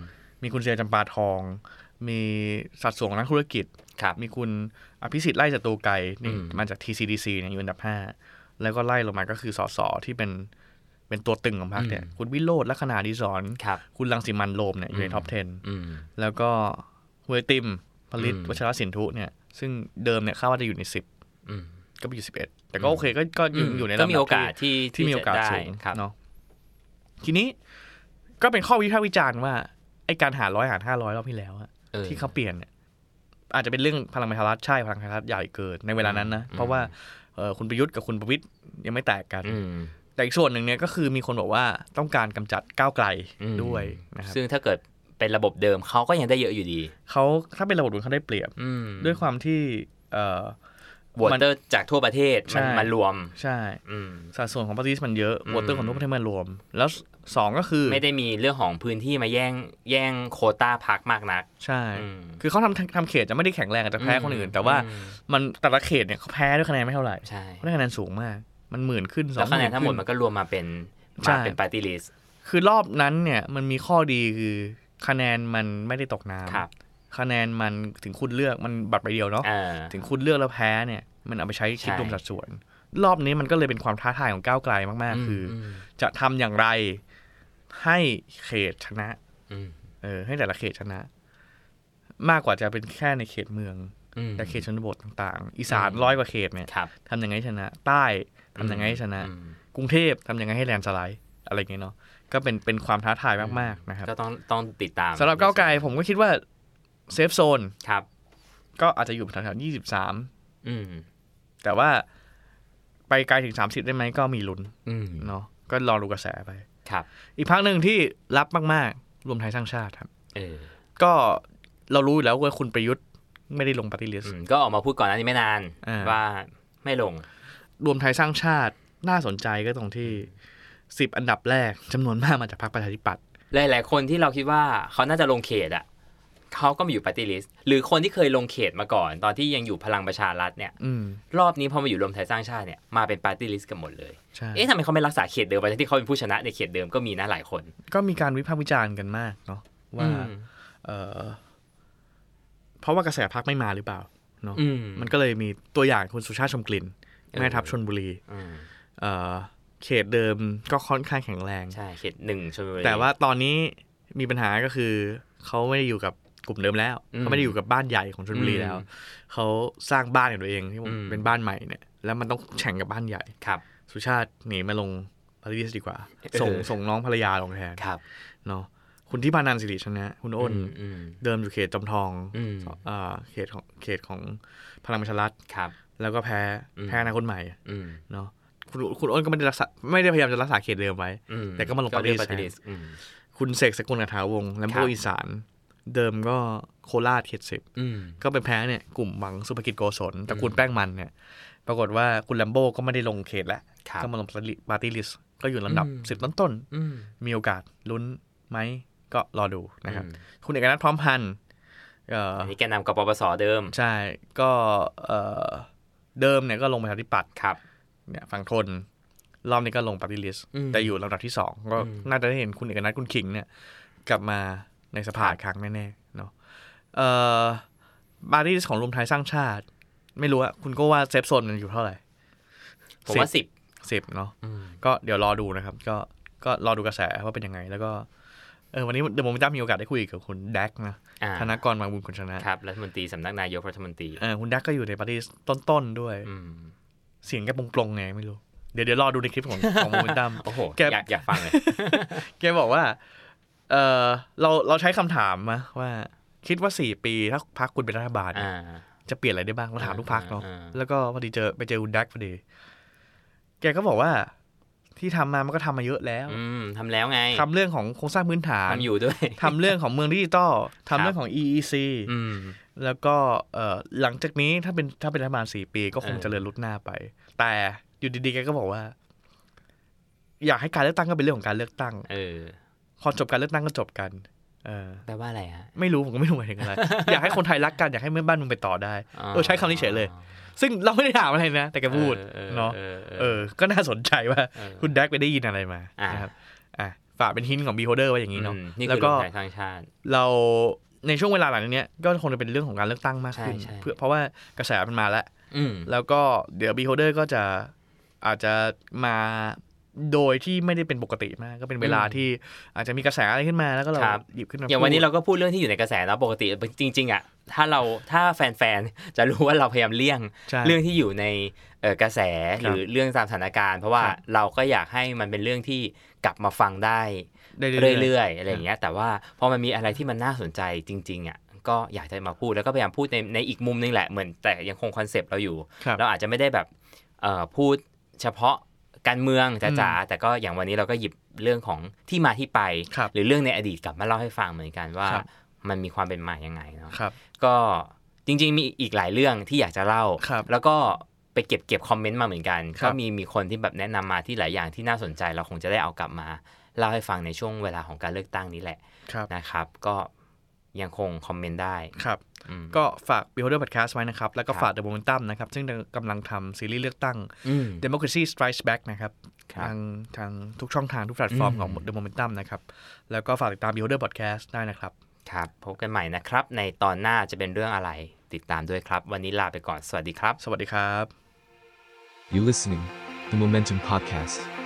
Speaker 2: มีคุณเสียจำปาทอง มีสัดส่วนของนักธุรกิจ
Speaker 3: ครับ
Speaker 2: มีคุณอภิสิทธิ์ไล่จตูไกรนี่
Speaker 3: อืม
Speaker 2: มาจาก TCDC เนี่ยอยู่อันดับ 5 แล้วก็ไล่ลงมาก็คือสสที่เป็นเป็นตัวตึงของพรรคเนี่ยคุณวิโรธลักษณาดิสอน
Speaker 3: ครับ
Speaker 2: คุณลังสิมันโรมเนี่ยอยู่ใน
Speaker 3: อืม
Speaker 2: ท็อป
Speaker 3: อืม
Speaker 2: 10 แล้วก็เวยติมผลิต
Speaker 3: อืม
Speaker 2: วัชรสินธุเนี่ย ซึ่งเดิมเนี่ยคาดว่าจะอยู่ใน
Speaker 3: อืม
Speaker 2: 10 ก็ไปอยู่ 11 แต่ก็โอเคก็ก็อยู่อยู่ในระดับ
Speaker 3: ก็มีโอกาส
Speaker 2: ที่
Speaker 3: ที่
Speaker 2: ที่มีโอกาส
Speaker 3: จะได้
Speaker 2: สูง
Speaker 3: ครับ
Speaker 2: เนาะทีนี้ก็เป็นข้อวิพากษ์วิจารณ์ว่า ไอการหาร้อยหารห้าร้อยรอบที่แล้วอะ
Speaker 3: ออ
Speaker 2: ที่เขาเปลี่ยนเนี่ยอาจจะเป็นเรื่องพลังประชารัฐใช่พลังประชารัฐใหญ่เกินในเวลานั้นนะ
Speaker 3: อืม
Speaker 2: เพราะว่าเอ่อคุณประยุทธ์กับคุณประวิตยยังไม่แตกกัน
Speaker 3: อืม
Speaker 2: แต่อีกส่วนหนึ่งเนี่ยก็คือมีคนบอกว่าต้องการกำจัดก้าวไกล
Speaker 3: อืม
Speaker 2: ด้วยนะครับ
Speaker 3: ซึ่งถ้าเกิดเป็นระบบเดิมเขาก็ยังได้เยอะอยู่ดี
Speaker 2: เขาถ้าเป็นระบบดูเขาได้เปรียบ
Speaker 3: อืม
Speaker 2: ด้วยความที่เออ
Speaker 3: วอเตอร์จากทั่วประเทศมัน
Speaker 2: ใช่
Speaker 3: มารวม
Speaker 2: ใช่
Speaker 3: อืม
Speaker 2: สัดส่วนของปาร์ตี้ลิสต์มันเยอะ
Speaker 3: อืม
Speaker 2: วอเตอร์ของทุกประเทศมันรวม แล้วสองก็คือ
Speaker 3: ไม่ได้มีเรื่องของพื้นที่มาแย่งแย่งโควต้าพักมากนัก
Speaker 2: ใช่
Speaker 3: อืม
Speaker 2: คือเขาทำทำเขตจะไม่ได้แข็งแรงอาจจะแพ้คนอื่น แต่ว่า
Speaker 3: อืม
Speaker 2: มันแต่ละเขตเนี่ยเขาแพ้ด้วยคะแนนไม่เท่าไหร่
Speaker 3: ใช่
Speaker 2: เขาได้คะแนนสูงมาก มันหมื่นขึ้นสอ
Speaker 3: แล้ว
Speaker 2: งห
Speaker 3: คะแน
Speaker 2: มื่
Speaker 3: น
Speaker 2: น
Speaker 3: ทั้งหม
Speaker 2: ขึ้
Speaker 3: ด
Speaker 2: น
Speaker 3: มันก็รวมมาเป็น
Speaker 2: ใช่
Speaker 3: มาเป็นปาร์ตี้ลิส
Speaker 2: คือรอบนั้นเนี่ยมันมีข้อดีคือคะแนนมันไม่ได้ตกน้ำ
Speaker 3: ครับ
Speaker 2: คะแนนมันถึงคุณเลือกมันบัตรใบเดียวเนาะ
Speaker 3: เออ
Speaker 2: ถึงคุณเลือกแล้วแพ้เนี่ยมันเอาไปใช้คิด
Speaker 3: ใช่
Speaker 2: รวมสัดส่วน รอบนี้มันก็เลยเป็นความท้าทายของก้าวไกลมากๆ คืออ
Speaker 3: ม
Speaker 2: จะทำอย่างไรให้เขตชนะ
Speaker 3: อืม
Speaker 2: เออให้แต่ละเขตชนะ มากกว่าจะเป็นแค่ในเขตเมือง
Speaker 3: อืม
Speaker 2: แต่เขตชนบทต่างๆ อีสาน
Speaker 3: อืม
Speaker 2: ร้อยกว่าเขตเนี่ย
Speaker 3: ครับ
Speaker 2: ทำยังไงให้ชนะ ใต้ทำยังไงให้ชนะ
Speaker 3: อืม
Speaker 2: กรุงเทพทำยังไงให้แลนด์สไลด์อะไรอย่างเงี้ยเนาะก็เป็นเป็นความท้าทายมากๆนะครับ
Speaker 3: ก็ต้องต้องติดตาม
Speaker 2: สำหรับก้าวไกลผมก็คิดว่าเซฟโซน
Speaker 3: ครับ
Speaker 2: ก็อาจจะอยู่แถวๆยี่สิบสาม
Speaker 3: อืม
Speaker 2: แต่ว่าไปไกลถึง 30 ได้ไหมก็มีลุ้น
Speaker 3: อืม
Speaker 2: เนาะก็รอดูกระแสไป
Speaker 3: ครับ
Speaker 2: อีกพักหนึ่งที่รับมาก ๆ รวมไทยสร้างชาติครับ
Speaker 3: เออ
Speaker 2: ก็เรารู้อยู่แล้วว่าคุณประยุทธ์ไม่ได้ลงปฏิริ
Speaker 3: อื
Speaker 2: ษี
Speaker 3: มก็ออกมาพูดก่อนหน้านี้ไม่นาน
Speaker 2: อ่า
Speaker 3: ว่าไม่ลง
Speaker 2: รวมไทยสร้างชาติน่าสนใจก็ตรงที่ สิบอันดับแรกจำนวนมากมาจากพรรคประชาธิปัตย์
Speaker 3: หลาย ๆ คนที่เราคิดว่าเขาน่าจะลงเขตอ่ะเขาก็มาอยู่ปฏิริษหรือคนที่เคยลงเขตมาก่อน ตอนที่ยังอยู่พลังประชารัฐเนี่ย
Speaker 2: อืม
Speaker 3: รอบนี้พอมาอยู่รวมไทยสร้างชาติเนี่ยมาเป็นปาร์ตี้ลิสต์กันหมดเลย
Speaker 2: ใช่
Speaker 3: เอ๊ะทำไมเขาไม่รักษาเขตเดิมไปที่เขาเป็นผู้ชนะในเขตเดิมก็มีนะหลายคน
Speaker 2: ก็มีการวิพากษ์วิจารณ์กันมากเนาะว่า
Speaker 3: อืม
Speaker 2: เออเพราะว่ากระแสพักไม่มาหรือเปล่าเนาะ
Speaker 3: อืม
Speaker 2: มันก็เลยมีตัวอย่างคุณสุชาติชมกลิ่น
Speaker 3: เออ
Speaker 2: แม่ทัพชนบุรี
Speaker 3: อืม
Speaker 2: เออเขตเดิมก็ค่อนข้างแข็งแรง
Speaker 3: ใช่เขตหนึ่งชลบุรี
Speaker 2: แต่ว่าตอนนี้มีปัญหาก็คือ เขาไม่ได้อยู่กับกลุ่มเดิมแล้ว
Speaker 3: อืม
Speaker 2: เขาไม่ได้อยู่กับบ้านใหญ่ของชนบุรี
Speaker 3: อืม
Speaker 2: แล้วเขาสร้างบ้านของตัวเองที่
Speaker 3: อืม
Speaker 2: เป็นบ้านใหม่เนี่ยแล้วมันต้องแข่งกับบ้านใหญ่
Speaker 3: ครับ
Speaker 2: สุชาติหนีมาลงปารีสดีกว่า
Speaker 3: เออ
Speaker 2: ส่งส่งน้องภรรยาลงแทน
Speaker 3: ครับ
Speaker 2: เนาะคุณที่พานันสิริชนะคุณอ้น
Speaker 3: อืมอืม
Speaker 2: เดิมอยู่เขตจอมทอง
Speaker 3: อืม
Speaker 2: เอ่อเขตของเขตของพลังประชารัฐ
Speaker 3: ครับ
Speaker 2: แล้วก็แพ้
Speaker 3: อืม
Speaker 2: แพ้อนาคตใหม่
Speaker 3: อืม
Speaker 2: เนาะคุณคุณอ้นก็ไม่ได้รักษาไม่ได้พยายามจะรักษาเขตเดิมไว้
Speaker 3: อื
Speaker 2: แต่ก็มาลง
Speaker 3: เลือก
Speaker 2: Party
Speaker 3: Party
Speaker 2: List
Speaker 3: List อืม
Speaker 2: คุณเสกสกุลอัฐาวงศ์แลมโบ
Speaker 3: ครับ
Speaker 2: อีสาน เดิมก็โคราชเขตสิบ
Speaker 3: อืม
Speaker 2: ก็ไปแพ้เนี่ยกลุ่มหวังสุภกิจโกศลตระกูลแป้งมันเนี่ยปรากฏว่าคุณแลมโบก็ไม่ได้ลงเขตแล้ว
Speaker 3: ครับ
Speaker 2: ก็มาลงปาร์ตี้ลิสต์ก็อยู่ลำดับ
Speaker 3: อืม
Speaker 2: สิบต้น
Speaker 3: อืม
Speaker 2: ๆมีโอกาสลุ้นไหมก็รอดูนะครับ
Speaker 3: อืม
Speaker 2: คุณเอกนัทพร้อมพันธ์เอ่อ
Speaker 3: อันนี้แกนนำกปปสเดิม
Speaker 2: ใช่ก็เอ่อเดิมเนี่ยก็ลงประชาธิปัตย์
Speaker 3: ครับ
Speaker 2: เนี่ยฝั่งทน รอบนี้ก็ลงปาร์ตี้ลิสต์
Speaker 3: อืม
Speaker 2: แต่อยู่ลำดับที่สองก็
Speaker 3: อืม
Speaker 2: น่าจะได้เห็นคุณเอกนัทคุณขิงเนี่ย กลับมาในสภาอีกครั้งแน่ๆเนาะเอ่อปาร์ตี้ลิสต์ของรวมไทยสร้างชาติ ไม่รู้อะคุณก็ว่าเซฟโซนมันอยู่เท่าไหร่
Speaker 3: ผมว่าสิบ
Speaker 2: สิบเนาะก็เดี๋ยวรอดูนะครับ ก็ก็รอดูกระแสว่าเป็นยังไง แล้วก็เออวันนี้เดอะโมเมนตัมมีโอกาสได้คุยกับคุณแดกนะ
Speaker 3: อ่า
Speaker 2: ธนกรมาบุญคุณชนะครับ
Speaker 3: รัฐมนตรีสำนักนายกรัฐมนตรี
Speaker 2: เออคุณแดกก็อยู่ในปาร์ตี้ลิสต์ต้นๆด้วย
Speaker 3: อืม
Speaker 2: เสียงแกปลงๆไงไม่รู้ เดี๋ยวเดี๋ยวรอดูในคลิปของ ของโมเมนตัม
Speaker 3: โอ้โห
Speaker 2: แก
Speaker 3: อยากอยาก ฟังเลย
Speaker 2: แกบอกว่า เออเราเราใช้คำถามมาว่า คิดว่าสี่ปีถ้าพักคุณเป็นรัฐบาล
Speaker 3: อ่า
Speaker 2: จะเปลี่ยนอะไรได้บ้างเราถามทุกพักเนาะ
Speaker 3: อ่า
Speaker 2: แล้วก็พอดีเจอไปเจอคุณแดกพอดี แกก็บอกว่า ที่ทำมามันก็ทำมาเยอะแล้ว
Speaker 3: อืมทำแล้วไง
Speaker 2: ทำเรื่องของโครงสร้างพื้นฐาน
Speaker 3: ทำอยู่ด้วย
Speaker 2: ทำเรื่องของเมืองดิจิตอลทำเรื่องของ EEC
Speaker 3: อืม
Speaker 2: แล้วก็เอ่อหลังจากนี้ถ้าเป็นถ้าเป็นรัฐบาลสี่ปีก็คง
Speaker 3: เออ
Speaker 2: เจริญรุดหน้าไป แต่อยู่ดีๆแกก็บอกว่า อยากให้การเลือกตั้งก็เป็นเรื่องของการเลือกตั้ง
Speaker 3: เออ
Speaker 2: พอจบการเลือกตั้งก็จบกัน เออ
Speaker 3: แปลว่าอะไรฮะ
Speaker 2: ไม่รู้ผมก็ไม่รู้หมายถึงอะไร อยากให้คนไทยรักกันอยากให้เมื่อนบ้านมึงไปต่อได้ เออใช้คำนี้เฉยเลย ซึ่งเราไม่ได้ถามอะไรนะ แต่แกพูด
Speaker 3: ออ
Speaker 2: เนาะ
Speaker 3: ออ
Speaker 2: เอ
Speaker 3: เออ
Speaker 2: อ ก็น่าสนใจว่า
Speaker 3: เออ
Speaker 2: คุณแดกไปได้ยินอะไรมา
Speaker 3: อ่าน
Speaker 2: นะครับอ่ะฝากเป็นหินของบีโฮเดอร์ไว้อย่างนี้เนาะ
Speaker 3: อืมนี่
Speaker 2: แล้
Speaker 3: คื
Speaker 2: ว
Speaker 3: อ
Speaker 2: ก็
Speaker 3: รวมไทยสร้างชาติ
Speaker 2: เราในช่วงเวลาหลังจากเนี้ยก็คงจะเป็นเรื่องของการเลือกตั้งมากขึ้น
Speaker 3: ใช่ใช่
Speaker 2: เพื่อเพราะว่ากระแสมันมาแล้ว
Speaker 3: อืม
Speaker 2: แล้วก็เดี๋ยว beholder ก็จะอาจจะมาโดยที่ไม่ได้เป็นปกติมาก ก็เป็นเวลา
Speaker 3: อืม
Speaker 2: ที่อาจจะมีกระแสอะไรขึ้นมาแล้วก็เรา
Speaker 3: ครับ
Speaker 2: หยิบขึ้นมา
Speaker 3: อย่างวันนี้เราก็พูดเรื่องที่อยู่ในกระแสเนาะปกติจริง ๆอ่ะถ้าเราถ้าแฟนๆ จะรู้ว่าเราพยายามเลี่ยง
Speaker 2: เรื่
Speaker 3: เรื่
Speaker 2: อ
Speaker 3: อง งที่อยู่ในเอ่อกระแส
Speaker 2: ค
Speaker 3: ห
Speaker 2: รับ
Speaker 3: รือเรื่องตามสถานการณ์ เพราะว่า
Speaker 2: ครับ
Speaker 3: เราก็อยากให้มันเป็นเรื่องที่กลับมาฟังได้
Speaker 2: ได้เรื่อยๆ
Speaker 3: เรื่อยๆอะไรอย่างเงี้ยแต่ว่าพอมันมีอะไรที่มันน่าสนใจจริงๆอ่ะก็อยากจะมาพูดแล้วก็พยายามพูดในในอีกมุมนึงแหละเหมือนแต่ยังคงคอนเซปต์เราอยู่
Speaker 2: ครับ
Speaker 3: เราอาจจะไม่ได้แบบเอ่อพูดเฉพาะการเมือง
Speaker 2: อืม
Speaker 3: จ๋าๆแต่ก็อย่างวันนี้เราก็หยิบเรื่องของที่มาที่ไป
Speaker 2: ครับ
Speaker 3: หรือเรื่องในอดีตกลับมาเล่าให้ฟังเหมือนกันว่า
Speaker 2: ครับ
Speaker 3: มันมีความเป็นมายังไงเนาะ
Speaker 2: ครับ
Speaker 3: ก็จริงๆมีอีกหลายเรื่องที่อยากจะเล่า
Speaker 2: ครับ
Speaker 3: แล้วก็ไปเก็บเก็บคอมเมนต์มาเหมือนกัน
Speaker 2: ครั
Speaker 3: ก็
Speaker 2: บ
Speaker 3: มีมีคนที่แบบแนะนำมาที่หลายอย่างที่น่าสนใจเราคงจะได้เอากลับมาเล่าให้ฟังในช่วงเวลาของการเลือกตั้งนี้แหละ
Speaker 2: ครับ
Speaker 3: นะครับ ก็ยังคงคอมเมนต์ได้
Speaker 2: ครับ
Speaker 3: อืม
Speaker 2: ก็ฝาก beholder podcast ไว้นะครับ แล้วก็
Speaker 3: ครับ
Speaker 2: ฝาก the momentum นะครับ ซึ่งกำลังทำซีรีส์เลือกตั้ง
Speaker 3: อืม
Speaker 2: democracy strikes back นะครับ
Speaker 3: ครับ
Speaker 2: ทางทางทุกช่องทางทุกแพลตฟอร์ม
Speaker 3: อืม
Speaker 2: ของ the momentum นะครับ แล้วก็ฝากติดตาม beholder podcast ได้นะครับ
Speaker 3: ครับพบกันใหม่นะครับ ในตอนหน้าจะเป็นเรื่องอะไรติดตามด้วยครับ วันนี้ลาไปก่อนสวัสดีครับ
Speaker 2: สวัสดีครับ
Speaker 1: You listening, the Momentum Podcast.